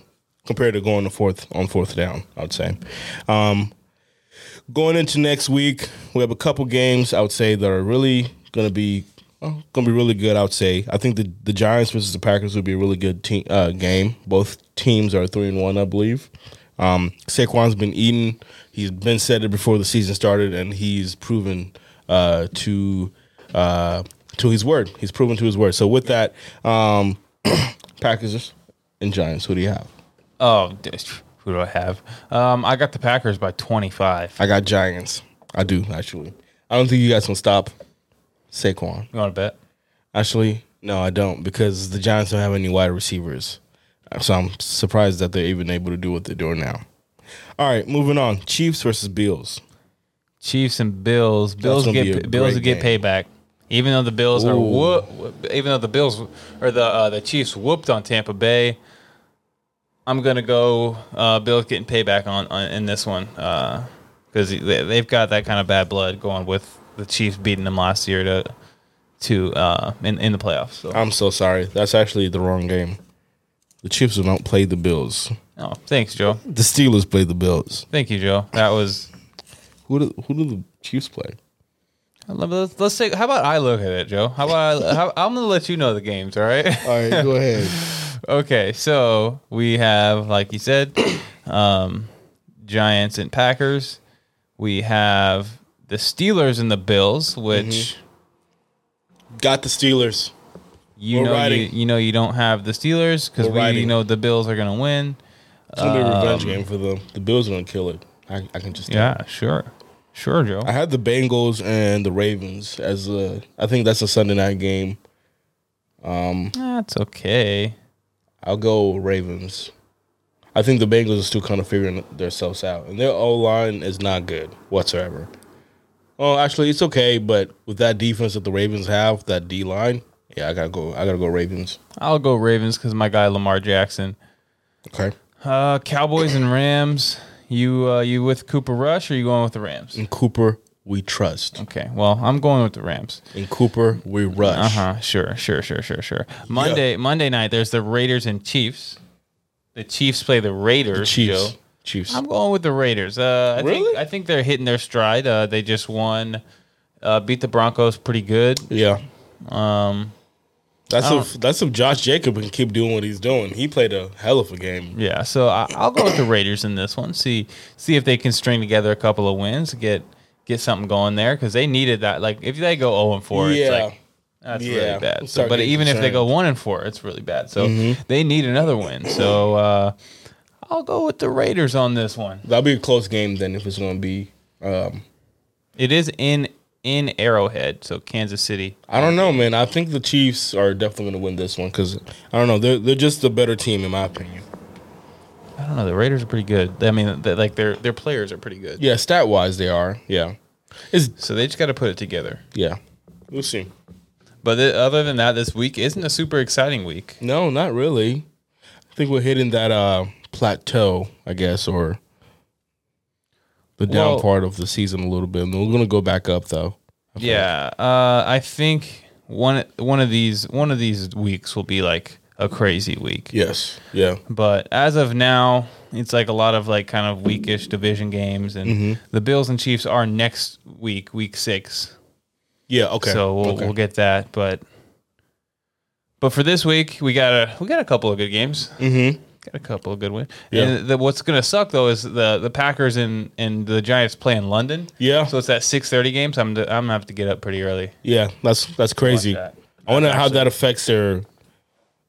Speaker 2: Compared to going to fourth on fourth down, I would say. Um, going into next week, we have a couple games I would say that are really going to be well, going to be really good. I would say I think the the Giants versus the Packers would be a really good team uh, game. Both teams are three and one, I believe. Um, Saquon's been eaten. He's been said it before the season started, and he's proven uh, to uh, to his word. He's proven to his word. So with that, um, [clears throat] Packers and Giants. Who do you have?
Speaker 1: oh just, who do I have um, I got the Packers by 25
Speaker 2: I got Giants. I do actually. I don't think you guys can stop Saquon.
Speaker 1: you want to bet
Speaker 2: Actually, no, I don't because the Giants don't have any wide receivers. So I'm surprised that they're even able to do what they're doing now. All right, moving on. Chiefs versus Bills.
Speaker 1: Chiefs and Bills. Bills
Speaker 2: gonna be a
Speaker 1: get Bills
Speaker 2: great
Speaker 1: get payback. Even though the Bills are
Speaker 2: Ooh.
Speaker 1: whoop, even though the Bills or the uh, the Chiefs whooped on Tampa Bay, I'm gonna go uh, Bills getting payback on, on in this one because they, they've got that kind of bad blood going with the Chiefs beating them last year to to uh, in in the playoffs. So
Speaker 2: I'm so sorry. That's actually the wrong game. The Chiefs do not play the Bills.
Speaker 1: oh, thanks, Joe.
Speaker 2: The Steelers play the Bills.
Speaker 1: Thank you, Joe. That was. [laughs]
Speaker 2: Who do, who do the Chiefs play?
Speaker 1: Let's, let's take. How about I look at it, Joe? How about I, how, I'm gonna let you know the games. All right. [laughs]
Speaker 2: All right, go ahead.
Speaker 1: Okay, so we have, like you
Speaker 2: [coughs]
Speaker 1: said, um, Giants and Packers. We have the Steelers and the Bills,
Speaker 2: Mm-hmm.
Speaker 1: which
Speaker 2: [laughs] Got the Steelers.
Speaker 1: you
Speaker 2: We're
Speaker 1: know you,
Speaker 2: riding.
Speaker 1: you know you don't have the Steelers because
Speaker 2: We're
Speaker 1: we
Speaker 2: riding.
Speaker 1: know the Bills are gonna win.
Speaker 2: It's gonna be a revenge game for them. The Bills are gonna kill it. I, I can just tell.
Speaker 1: Yeah, sure, sure, Joe.
Speaker 2: I had the Bengals and the Ravens as a. I think that's a Sunday night game.
Speaker 1: That's okay.
Speaker 2: I'll go Ravens. I think the Bengals are still kind of figuring themselves out, and their O line is not good whatsoever. Oh, actually, it's okay, but with that defense that the Ravens have, that D line, yeah, I gotta go. I gotta go Ravens.
Speaker 1: I'll go Ravens because my guy Lamar Jackson.
Speaker 2: Okay,
Speaker 1: Uh, Cowboys and Rams. You uh, you with Cooper Rush or you going with the Rams?
Speaker 2: in Cooper we trust.
Speaker 1: Okay, well I'm going with the Rams.
Speaker 2: In Cooper we rush.
Speaker 1: Uh huh. Sure, sure, sure, sure, sure. Monday Monday night there's the Raiders and Chiefs. The Chiefs play the Raiders.
Speaker 2: Chiefs.
Speaker 1: Joe.
Speaker 2: Chiefs.
Speaker 1: I'm going with the Raiders. Uh, I
Speaker 2: Really?
Speaker 1: think I think they're hitting their stride. Uh, they just won, uh, beat the Broncos pretty good.
Speaker 2: yeah.
Speaker 1: Um,
Speaker 2: That's
Speaker 1: I
Speaker 2: if that's if Josh Jacob can keep doing what he's doing. He played a hell of a game.
Speaker 1: yeah, so I, I'll go with the Raiders in this one. See see if they can string together a couple of wins, get get something going there because they needed that. Like if they go 0 and 4, it's like That's
Speaker 2: Yeah,
Speaker 1: really
Speaker 2: I'm
Speaker 1: bad. So,
Speaker 2: starting
Speaker 1: but
Speaker 2: to get
Speaker 1: even if they
Speaker 2: concerned.
Speaker 1: go one and four, it's really bad. So
Speaker 2: Mm-hmm.
Speaker 1: they need another win. So uh, I'll go with the Raiders on this one.
Speaker 2: That'll be a close game then if it's gonna be um
Speaker 1: It is in in Arrowhead, so Kansas City.
Speaker 2: I don't know, man. I think the Chiefs are definitely going to win this one because I don't know. They're they're just the better team in my opinion.
Speaker 1: I don't know. The Raiders are pretty good. I mean, they like their their players are pretty good.
Speaker 2: Yeah, stat wise they are. Yeah, it's
Speaker 1: So they just got to put it together.
Speaker 2: yeah. We'll see.
Speaker 1: But th- other than that, this week isn't a super exciting week.
Speaker 2: No, not really. I think we're hitting that uh plateau, I guess, or the down
Speaker 1: Well-
Speaker 2: part of the season a little bit. And we're going to go back up though.
Speaker 1: Yeah, uh, I think one one of these one of these weeks will be like a crazy week.
Speaker 2: Yes. Yeah.
Speaker 1: But as of now, it's like a lot of like kind of weakish division games, and
Speaker 2: Mm-hmm.
Speaker 1: the Bills and Chiefs are next week, week six.
Speaker 2: Yeah. Okay.
Speaker 1: So we'll,
Speaker 2: Okay.
Speaker 1: we'll get that. But but for this week, we got a we got a couple of good games.
Speaker 2: Mhm.
Speaker 1: Got a couple of good wins.
Speaker 2: Yeah.
Speaker 1: And the, what's gonna suck though is the the Packers and and the Giants play in London.
Speaker 2: Yeah.
Speaker 1: So it's that six thirty game. So I'm I'm gonna have to get up pretty early.
Speaker 2: Yeah, that's that's crazy.
Speaker 1: that.
Speaker 2: I wonder how that affects their.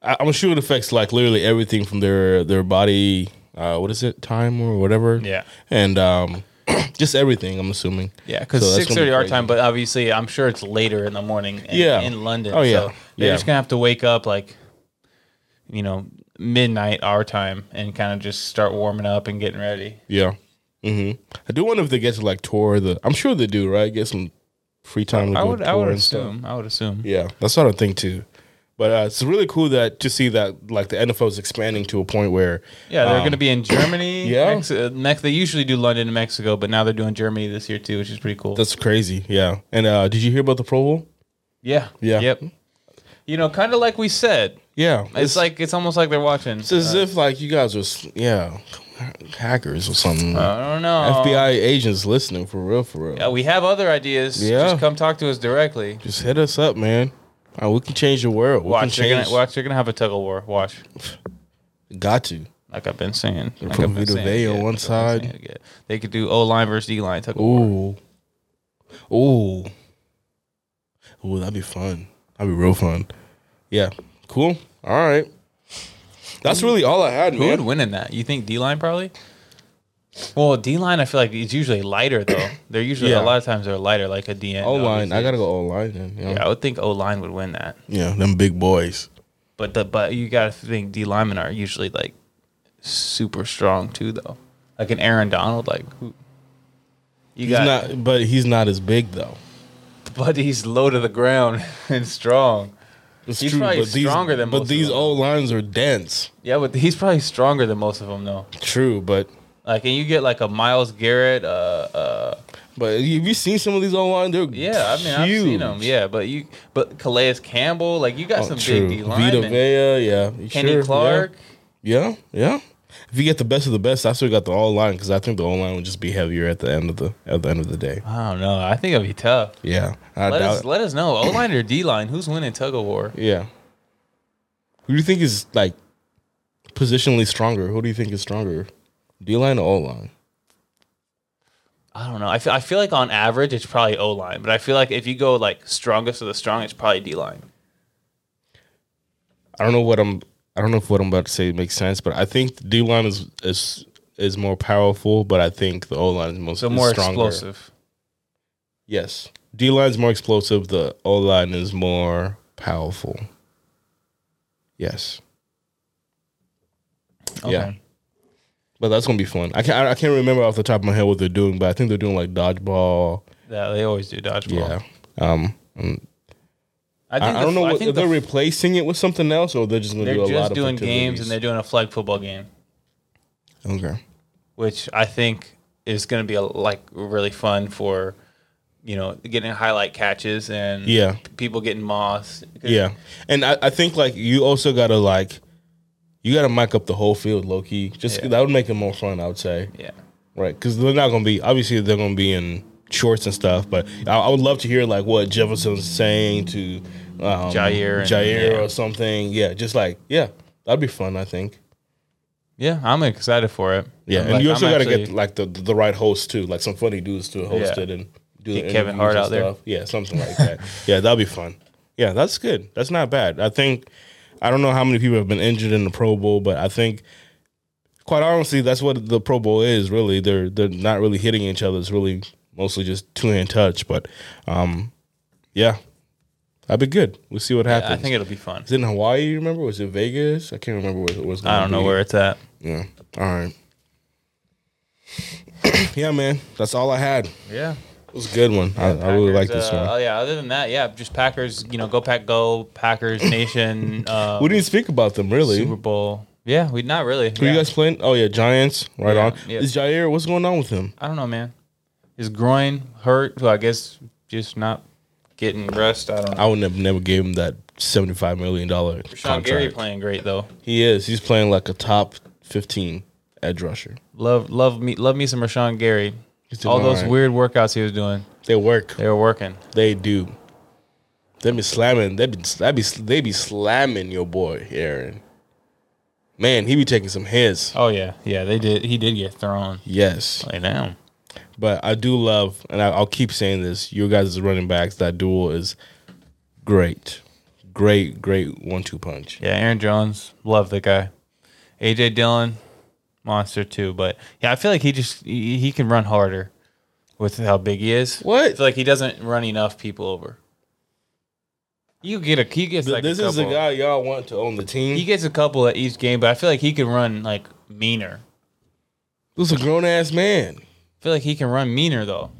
Speaker 2: I, I'm sure it affects like literally everything from their their body. Uh, what is it? Time or whatever.
Speaker 1: Yeah.
Speaker 2: and um, [clears throat] just everything. I'm assuming.
Speaker 1: Yeah,
Speaker 2: So
Speaker 1: because
Speaker 2: that's
Speaker 1: six
Speaker 2: gonna be
Speaker 1: thirty our
Speaker 2: crazy.
Speaker 1: time, but obviously I'm sure it's later in the morning. In,
Speaker 2: Yeah.
Speaker 1: in London.
Speaker 2: Oh, yeah.
Speaker 1: so they're
Speaker 2: Yeah.
Speaker 1: just gonna have to wake up like, you know, midnight our time and kind of just start warming up and getting ready.
Speaker 2: Yeah. hmm I do wonder if they get to like tour the. I'm sure they do, right? Get some free time. To
Speaker 1: I
Speaker 2: go
Speaker 1: would,
Speaker 2: tour
Speaker 1: I would
Speaker 2: and stuff.
Speaker 1: assume, I would assume.
Speaker 2: Yeah, that's what I think too. But uh, it's really cool that to see that like the NFL is expanding to a point where
Speaker 1: Yeah, they're
Speaker 2: um,
Speaker 1: gonna be in Germany.
Speaker 2: [clears throat] yeah.
Speaker 1: Mex- uh, Mex- they usually do London and Mexico, but now they're doing Germany this year too, which is pretty cool.
Speaker 2: That's crazy. Yeah. And uh, did you hear about the Pro Bowl?
Speaker 1: Yeah,
Speaker 2: Yeah.
Speaker 1: yep. You know, kind of like we said,
Speaker 2: Yeah,
Speaker 1: it's like it's almost like they're watching. Uh,
Speaker 2: It's as if like you guys was yeah hackers or something.
Speaker 1: I don't know.
Speaker 2: FBI agents listening for real, for real.
Speaker 1: Uh, Yeah, we have other ideas.
Speaker 2: Yeah.
Speaker 1: Just come talk to us directly.
Speaker 2: Just hit us up, man. Uh, we can change the world. We can
Speaker 1: Watch, you're
Speaker 2: change.
Speaker 1: gonna, watch, you're gonna have a tug of war. Watch,
Speaker 2: Got to.
Speaker 1: like I've been saying. Like
Speaker 2: From
Speaker 1: I've been
Speaker 2: Vita
Speaker 1: saying
Speaker 2: Vea
Speaker 1: it,
Speaker 2: on
Speaker 1: like
Speaker 2: one
Speaker 1: I've been
Speaker 2: side.
Speaker 1: saying it, yeah. They could do O line versus D line tug of war.
Speaker 2: Ooh, ooh, ooh. That'd be fun. That'd be real fun. Yeah. Cool. All right. That's really all I had,
Speaker 1: Who would
Speaker 2: man.
Speaker 1: win in that? You think D line probably? Well, D line, I feel like it's usually lighter
Speaker 2: [coughs]
Speaker 1: though. They're usually
Speaker 2: Yeah.
Speaker 1: a lot of times they're lighter, like a DN.
Speaker 2: O line. I
Speaker 1: obviously.
Speaker 2: gotta go O line then. Yeah.
Speaker 1: Yeah, I would think O line would win that,
Speaker 2: yeah. Them big boys.
Speaker 1: but the but you gotta think D linemen are usually like super strong too though. Like an Aaron Donald, like who? You [laughs]
Speaker 2: He's not, but he's not as big though.
Speaker 1: but he's low to the ground [laughs] and strong.
Speaker 2: It's
Speaker 1: He's probably stronger than
Speaker 2: but
Speaker 1: most of
Speaker 2: these
Speaker 1: them.
Speaker 2: old lines are dense.
Speaker 1: Yeah, but he's probably stronger than most of them though.
Speaker 2: True, but
Speaker 1: Like, and you get like a Miles Garrett. Uh, uh
Speaker 2: but have you seen some of these old lines? They're
Speaker 1: yeah, I mean, I've seen them.
Speaker 2: huge.
Speaker 1: Yeah, but you, but Calais Campbell, like you got
Speaker 2: Oh,
Speaker 1: some big
Speaker 2: true.
Speaker 1: D
Speaker 2: Vita
Speaker 1: linemen.
Speaker 2: Vea, yeah, You
Speaker 1: Kenny
Speaker 2: sure? Yeah.
Speaker 1: Clark.
Speaker 2: Yeah. yeah, If you get the best of the best, I still got the all line because I think the all line would just be heavier at the end of the at the end of the day.
Speaker 1: I don't know. I think it'll be tough.
Speaker 2: Yeah, I
Speaker 1: Let
Speaker 2: doubt.
Speaker 1: us let us know. O line or D line? Who's winning tug of war?
Speaker 2: yeah, who do you think is like positionally stronger? Who do you think is stronger, D line or O line?
Speaker 1: I don't know. I feel I feel like on average it's probably O line, but I feel like if you go like strongest of the strong, it's probably D line.
Speaker 2: I don't know what I'm. I don't know if what I'm about to say makes sense, but I think the D line is is is more powerful, but I think the O line is most
Speaker 1: So
Speaker 2: is
Speaker 1: more
Speaker 2: stronger.
Speaker 1: explosive.
Speaker 2: Yes, D line is more explosive. The O line is more powerful. Yes. Yeah. But that's gonna be fun. I can't I can't remember off the top of my head what they're doing, but I think they're doing like dodgeball.
Speaker 1: Yeah, they always do dodgeball.
Speaker 2: Yeah. Um, and
Speaker 1: Oh. I, think
Speaker 2: I, I
Speaker 1: the-
Speaker 2: don't know
Speaker 1: I
Speaker 2: what,
Speaker 1: think
Speaker 2: if they're
Speaker 1: the-
Speaker 2: replacing it with something else or they're just gonna
Speaker 1: they're
Speaker 2: do a lot
Speaker 1: just
Speaker 2: of
Speaker 1: doing games and they're doing a flag football game,
Speaker 2: activities. okay.
Speaker 1: which I think is going to be a, like really fun for you know getting highlight catches and
Speaker 2: Yeah.
Speaker 1: people getting moss. 'Cause
Speaker 2: Yeah, and I, I think like you also gotta like you gotta mic up the whole field, low key. Just
Speaker 1: Yeah.
Speaker 2: that would make it more fun, I would say.
Speaker 1: yeah.
Speaker 2: Right, because they're not gonna be obviously they're gonna be in shorts and stuff, but I, I would love to hear like what Jefferson's saying to um,
Speaker 1: Jair and-
Speaker 2: Jair
Speaker 1: yeah.
Speaker 2: or something. Yeah, just like yeah, that'd be fun. I think.
Speaker 1: Yeah, I'm excited for it.
Speaker 2: Yeah,
Speaker 1: I'm
Speaker 2: and
Speaker 1: like-
Speaker 2: you also
Speaker 1: I'm
Speaker 2: gotta
Speaker 1: actually-
Speaker 2: get like the the right host too, like some funny dudes to host
Speaker 1: Yeah.
Speaker 2: it and do
Speaker 1: Get
Speaker 2: the
Speaker 1: Kevin
Speaker 2: interviews
Speaker 1: Hart
Speaker 2: and
Speaker 1: out there.
Speaker 2: Yeah, something
Speaker 1: [laughs]
Speaker 2: like that. yeah, that'll be fun. Yeah, that's good. That's not bad. I think I don't know how many people have been injured in the Pro Bowl, but I think quite honestly, that's what the Pro Bowl is really. They're they're not really hitting each other. It's really mostly just two hand touch. But um, yeah, that'd be good. We'll see what happens.
Speaker 1: I think it'll be fun.
Speaker 2: is it in Hawaii? You remember? Was it Vegas? I can't remember where it was.
Speaker 1: I don't know
Speaker 2: be.
Speaker 1: where it's at.
Speaker 2: Yeah. All right. [clears throat] yeah, man. That's all I had. It
Speaker 1: Yeah.
Speaker 2: was a good one. I, I really like this one.
Speaker 1: Oh yeah. Other than that, yeah, just Packers. You know, go pack, go
Speaker 2: [laughs]
Speaker 1: Packers Nation. Um,
Speaker 2: we didn't speak about them really.
Speaker 1: Super
Speaker 2: Who
Speaker 1: Bowl. Yeah, we not really.
Speaker 2: you
Speaker 1: Yeah.
Speaker 2: guys playing? Oh yeah, Giants. Right
Speaker 1: Yeah,
Speaker 2: on.
Speaker 1: yeah.
Speaker 2: Is Jair? What's going on with him?
Speaker 1: I don't know, man. His groin hurt. Well, I guess just not getting rest. I don't know.
Speaker 2: I would have never gave him that seventy-five million dollar
Speaker 1: Sean Gary
Speaker 2: contract.
Speaker 1: playing great though.
Speaker 2: He is. He's playing like a top fifteen edge rusher.
Speaker 1: Love, love me, love me some Rashawn Gary.
Speaker 2: He's doing
Speaker 1: All those
Speaker 2: alright.
Speaker 1: weird workouts he was doing,
Speaker 2: They work.
Speaker 1: they were working.
Speaker 2: They do. They be slamming. They be that be they be slamming your boy Aaron. Man, he be taking some hits.
Speaker 1: Oh yeah, yeah, they did. He did get thrown.
Speaker 2: Yes.
Speaker 1: Like damn.
Speaker 2: But I do love, and I, I'll keep saying this: your guys' running backs, that duel is great, great, great one-two punch.
Speaker 1: Yeah, Aaron Jones, love the guy. AJ Dillon, monster too. But yeah, I feel like he just he, he can run harder with how big he is. I
Speaker 2: What?
Speaker 1: feel like he doesn't run enough people over. You get a he gets like
Speaker 2: this
Speaker 1: a
Speaker 2: is the
Speaker 1: couple-
Speaker 2: guy y'all want to own the team.
Speaker 1: He gets a couple at each game, but I feel like he can run like meaner.
Speaker 2: this is a grown-ass man.
Speaker 1: I feel like he can run meaner though.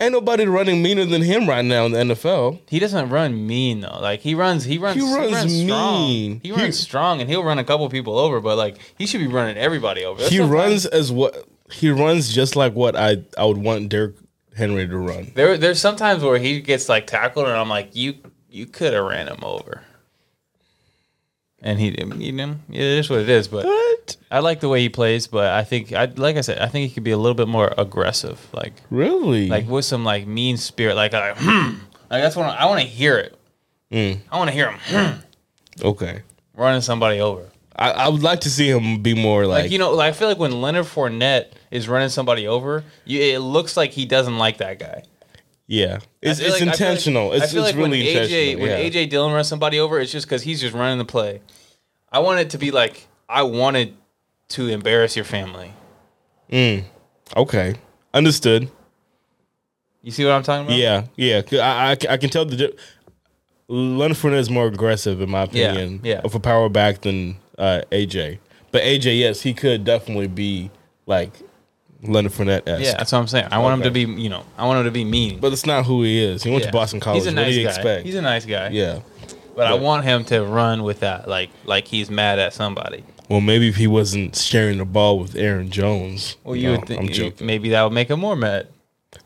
Speaker 2: Ain't nobody running meaner than him right now in the NFL.
Speaker 1: He doesn't run mean though. Like he runs, he runs,
Speaker 2: runs
Speaker 1: strong.
Speaker 2: mean.
Speaker 1: He runs
Speaker 2: He-
Speaker 1: strong, and he'll run a couple people over. But like he should be running everybody over. That's
Speaker 2: he
Speaker 1: what-
Speaker 2: runs as what he runs just like what I I would want Derrick Henry to run.
Speaker 1: There, there's sometimes where he gets like tackled, and I'm like, you, you could have ran him over. And he didn't you know, It is what it is, but
Speaker 2: What?
Speaker 1: I like the way he plays. But I think, I like I said, I think he could be a little bit more aggressive, like
Speaker 2: Really?
Speaker 1: like with some like mean spirit, like like, hmm, like that's what I, I want to hear it.
Speaker 2: Mm.
Speaker 1: I want to hear him hmm,
Speaker 2: okay.
Speaker 1: running somebody over.
Speaker 2: I, I would like to see him be more like,
Speaker 1: Like you know, like, I feel like when Leonard Fournette is running somebody over, you, it looks like he doesn't like that guy.
Speaker 2: yeah. It's
Speaker 1: I feel
Speaker 2: it's
Speaker 1: like- I feel like-
Speaker 2: intentional.
Speaker 1: I
Speaker 2: It's,
Speaker 1: feel
Speaker 2: it's
Speaker 1: like
Speaker 2: really
Speaker 1: when AJ,
Speaker 2: intentional.
Speaker 1: When
Speaker 2: yeah.
Speaker 1: AJ Dillon runs somebody over, it's just because he's just running the play. I want it to be like I wanted to embarrass your family.
Speaker 2: Okay, understood.
Speaker 1: You see what I'm talking about?
Speaker 2: Yeah, yeah. 'Cause I, I, I can tell the di- Leonard Fournette is more aggressive in my
Speaker 1: Yeah,
Speaker 2: opinion.
Speaker 1: yeah.
Speaker 2: Of a power back than uh, AJ, but AJ, yes, he could definitely be like Leonard Fournette esque.
Speaker 1: yeah. That's what I'm saying. I want
Speaker 2: Okay.
Speaker 1: him to be, you know, I want him to be mean.
Speaker 2: But it's not who he is. He went
Speaker 1: Yeah.
Speaker 2: to Boston College.
Speaker 1: He's a
Speaker 2: what
Speaker 1: nice
Speaker 2: do you
Speaker 1: guy.
Speaker 2: expect?
Speaker 1: He's a nice guy.
Speaker 2: yeah.
Speaker 1: but I
Speaker 2: yeah.
Speaker 1: want him to run with that, like like he's mad at somebody.
Speaker 2: Well, maybe if he wasn't sharing the ball with Aaron Jones.
Speaker 1: Well, you
Speaker 2: No,
Speaker 1: would
Speaker 2: I'm
Speaker 1: think
Speaker 2: joking.
Speaker 1: maybe that would make him more mad.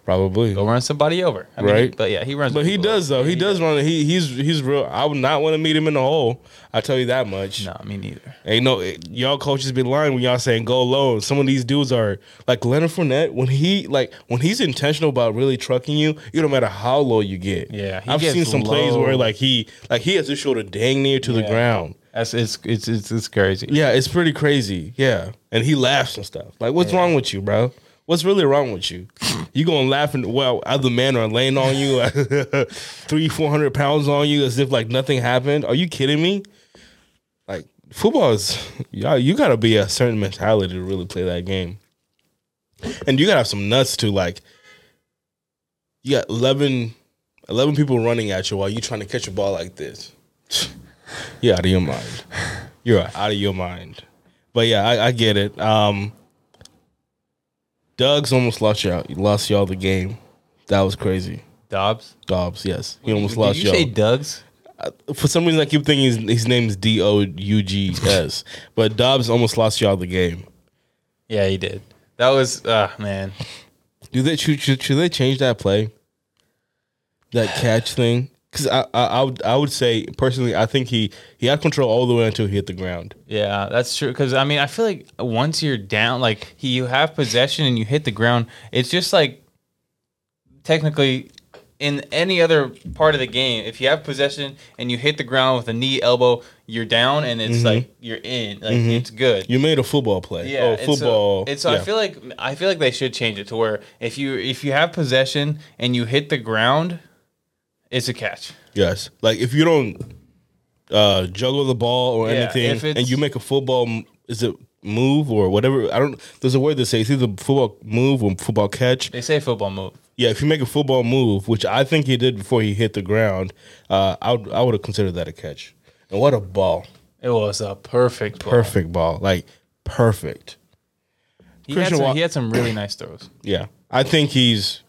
Speaker 2: Probably.
Speaker 1: Go run somebody over, I
Speaker 2: Right.
Speaker 1: But yeah, he runs.
Speaker 2: But he
Speaker 1: people
Speaker 2: does
Speaker 1: over.
Speaker 2: though. He does run. He he's he's real. I would not want to meet him in the hole. I tell you that much.
Speaker 1: No, me neither.
Speaker 2: Ain't no y'all coaches be lying when y'all saying go low. Some of these dudes are like Leonard Fournette when he like when he's intentional about really trucking you. You don't matter how low you get.
Speaker 1: Yeah, he
Speaker 2: I've
Speaker 1: gets
Speaker 2: seen some plays
Speaker 1: low.
Speaker 2: where like he like he has his shoulder dang near to the
Speaker 1: Yeah.
Speaker 2: ground.
Speaker 1: That's it's it's it's, it's crazy.
Speaker 2: Yeah, it's pretty crazy. Yeah, and he laughs and stuff. Like, what's wrong with you, bro? What's really wrong with you? You gonna laugh and well, other men are laying on you, like, [laughs] three, four hundred pounds on you, as if like nothing happened. Are you kidding me? Like football is, y'all, you gotta be a certain mentality to really play that game, and you gotta have some nuts to like. You got 11, 11 people running at you while you trying to catch a ball like this. [sighs] you out of your mind you're out of your mind. But yeah, I, I get it. Um, Doug's almost lost y'all. He lost y'all the game. That was crazy.
Speaker 1: Dobbs.
Speaker 2: Dobbs, yes, he
Speaker 1: Did
Speaker 2: almost lost
Speaker 1: you say
Speaker 2: y'all.
Speaker 1: Doug's?
Speaker 2: For some reason, I keep thinking his, his name is D O U G S, [laughs] but Dobbs almost lost y'all the game.
Speaker 1: Yeah, he did. That was ah man.
Speaker 2: Do they should, should, should they change that play? That catch thing? Because I, I I would I would say personally I think he he had control all the way until he hit the ground.
Speaker 1: Yeah, that's true. Because I mean, I feel like once you're down, like he, you have possession and you hit the ground, it's just like technically in any other part of the game, if you have possession and you hit the ground with a knee, elbow, you're down, and it's like you're in, like it's good.
Speaker 2: You made a football play.
Speaker 1: Yeah,
Speaker 2: oh, football.
Speaker 1: And so, and so
Speaker 2: yeah.
Speaker 1: I feel like I feel like they should change it to where if you if you have possession and you hit the ground, it's a catch.
Speaker 2: Yes. Like if you don't uh, juggle the ball or
Speaker 1: Yeah, if
Speaker 2: anything,
Speaker 1: it's-
Speaker 2: and you make a football, m- is it move or whatever? I don't. There's a word that says either football move or football catch.
Speaker 1: They say football move.
Speaker 2: Yeah, if you make a football move, which I think he did before he hit the ground, uh, I would I would have considered that a catch. And what a ball!
Speaker 1: It was a perfect ball.
Speaker 2: Perfect ball, like perfect.
Speaker 1: He, had
Speaker 2: Christian
Speaker 1: some,
Speaker 2: Wa-
Speaker 1: he had some really nice throws.
Speaker 2: Yeah, I think he's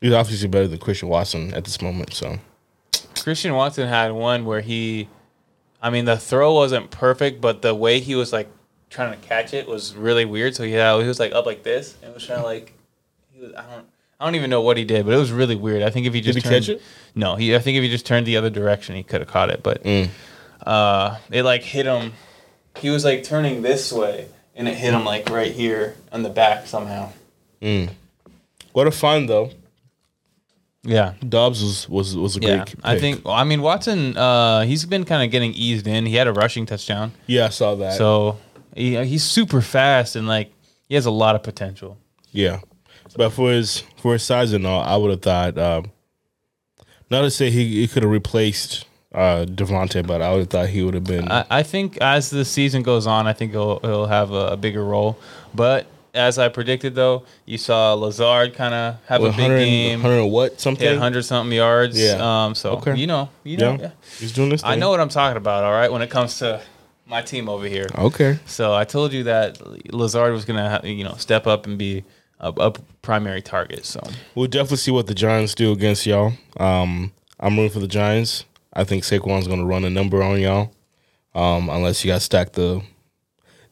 Speaker 2: he's obviously better than Christian Watson at this moment. So
Speaker 1: Christian Watson had one where he, I mean, the throw wasn't perfect, but the way he was like trying to catch it was really weird. So yeah, he was like up like this and was trying to like, he was I don't I don't even know what he did, but it was really weird. I think if he just
Speaker 2: he
Speaker 1: turned,
Speaker 2: catch it?
Speaker 1: no, he I think if he just turned the other direction, he could have caught it, but uh, it like hit him. He was like turning this way, and it hit him like right here on the back somehow.
Speaker 2: what a find though.
Speaker 1: Yeah,
Speaker 2: Dobbs was was was a
Speaker 1: yeah.
Speaker 2: great.
Speaker 1: I
Speaker 2: pick.
Speaker 1: think. well, I mean, Watson. Uh, he's been kind of getting eased in. He had a rushing touchdown.
Speaker 2: Yeah, I saw that.
Speaker 1: So he, he's super fast and like he has a lot of potential.
Speaker 2: Yeah, but for his for his size and all, I would have thought. Um, not to say he, he could have replaced uh, Devontae, but I would have thought he would have been.
Speaker 1: I, I think as the season goes on, I think he'll, he'll have a, a bigger role. But as I predicted, though, you saw Lazard kind of have a big
Speaker 2: 100,
Speaker 1: game,
Speaker 2: 100 what
Speaker 1: hit
Speaker 2: something?
Speaker 1: 100 something yards.
Speaker 2: Yeah.
Speaker 1: Um, so
Speaker 2: Okay.
Speaker 1: you know, you know,
Speaker 2: Yeah.
Speaker 1: yeah.
Speaker 2: he's doing this. Thing.
Speaker 1: I know what I'm talking about. All right, when it comes to my team over here.
Speaker 2: Okay,
Speaker 1: So I told you that Lazard was gonna, ha- you know, step up and be a, a primary target. So
Speaker 2: we'll definitely see what the Giants do against y'all. Um, I'm rooting for the Giants. I think Saquon's going to run a number on y'all, um, unless you guys stack the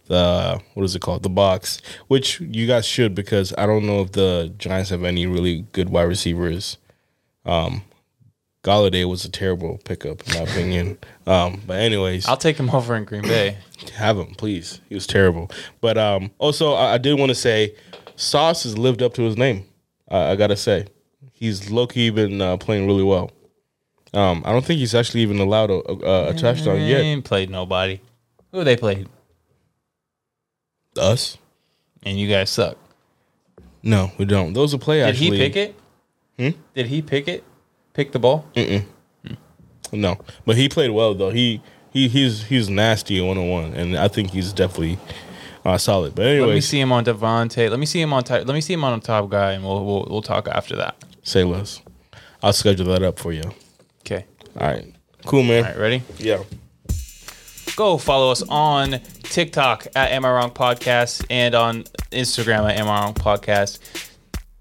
Speaker 2: the what is it called the box, which you guys should because I don't know if the Giants have any really good wide receivers. Um, Galladay was a terrible pickup in my opinion. Um, but anyways,
Speaker 1: I'll take him [laughs] over in Green Bay.
Speaker 2: have him, please. He was terrible. But um, also, I, I did want to say, Sauce has lived up to his name. I I gotta say, he's low key been uh, playing really well. Um, I don't think he's actually even allowed a, a, a touchdown
Speaker 1: They
Speaker 2: yet.
Speaker 1: ain't played nobody. Who they played?
Speaker 2: Us?
Speaker 1: And you guys suck.
Speaker 2: No, we don't. Those are play
Speaker 1: Did
Speaker 2: actually.
Speaker 1: he pick it?
Speaker 2: Hmm?
Speaker 1: Did he pick it? Pick the ball?
Speaker 2: No, but he played well though. He he he's he's nasty one on one, and I think he's definitely uh, solid. But
Speaker 1: Let me
Speaker 2: anyways,
Speaker 1: see him on Devontae. Let me see him on. Ty- let me see him on top guy, and we'll we'll, we'll talk after that.
Speaker 2: say less. I'll schedule that up for you.
Speaker 1: Okay.
Speaker 2: All right, cool man.
Speaker 1: All right. Ready?
Speaker 2: Yeah.
Speaker 1: Go follow us on TikTok at Am I Wrong Podcast and on Instagram at Am I Wrong Podcast.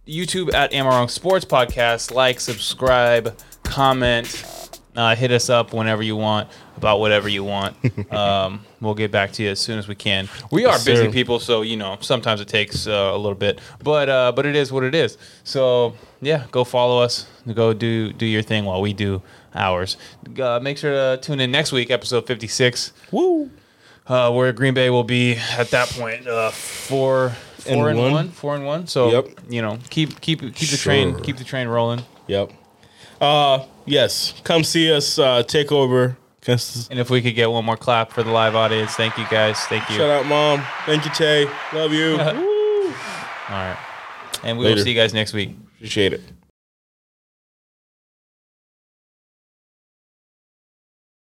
Speaker 1: YouTube at Am I Wrong Sports Podcast. Like, subscribe, comment, uh, hit us up whenever you want about whatever you
Speaker 2: [laughs]
Speaker 1: want. um, we'll get back to you as soon as we can. We are
Speaker 2: Yes,
Speaker 1: busy
Speaker 2: sir.
Speaker 1: people, so you know sometimes it takes uh, a little bit, but uh, but it is what it is. So yeah, go follow us. Go do do your thing while we do ours. Uh, make sure to tune in next week, episode fifty six
Speaker 2: Woo.
Speaker 1: uh, where Green Bay will be at that point uh, four four
Speaker 2: And
Speaker 1: and,
Speaker 2: one.
Speaker 1: one. four and one. So
Speaker 2: Yep.
Speaker 1: you know, keep keep keep the
Speaker 2: Sure.
Speaker 1: train keep the train rolling.
Speaker 2: Yep. Uh yes. Come see us uh take over. Cause-
Speaker 1: And if we could get one more clap for the live audience, thank you guys, thank you.
Speaker 2: Shout out mom. Thank you, Tay. Love you. Woo.
Speaker 1: All right, and we
Speaker 2: Later.
Speaker 1: will see you guys next week.
Speaker 2: Appreciate it.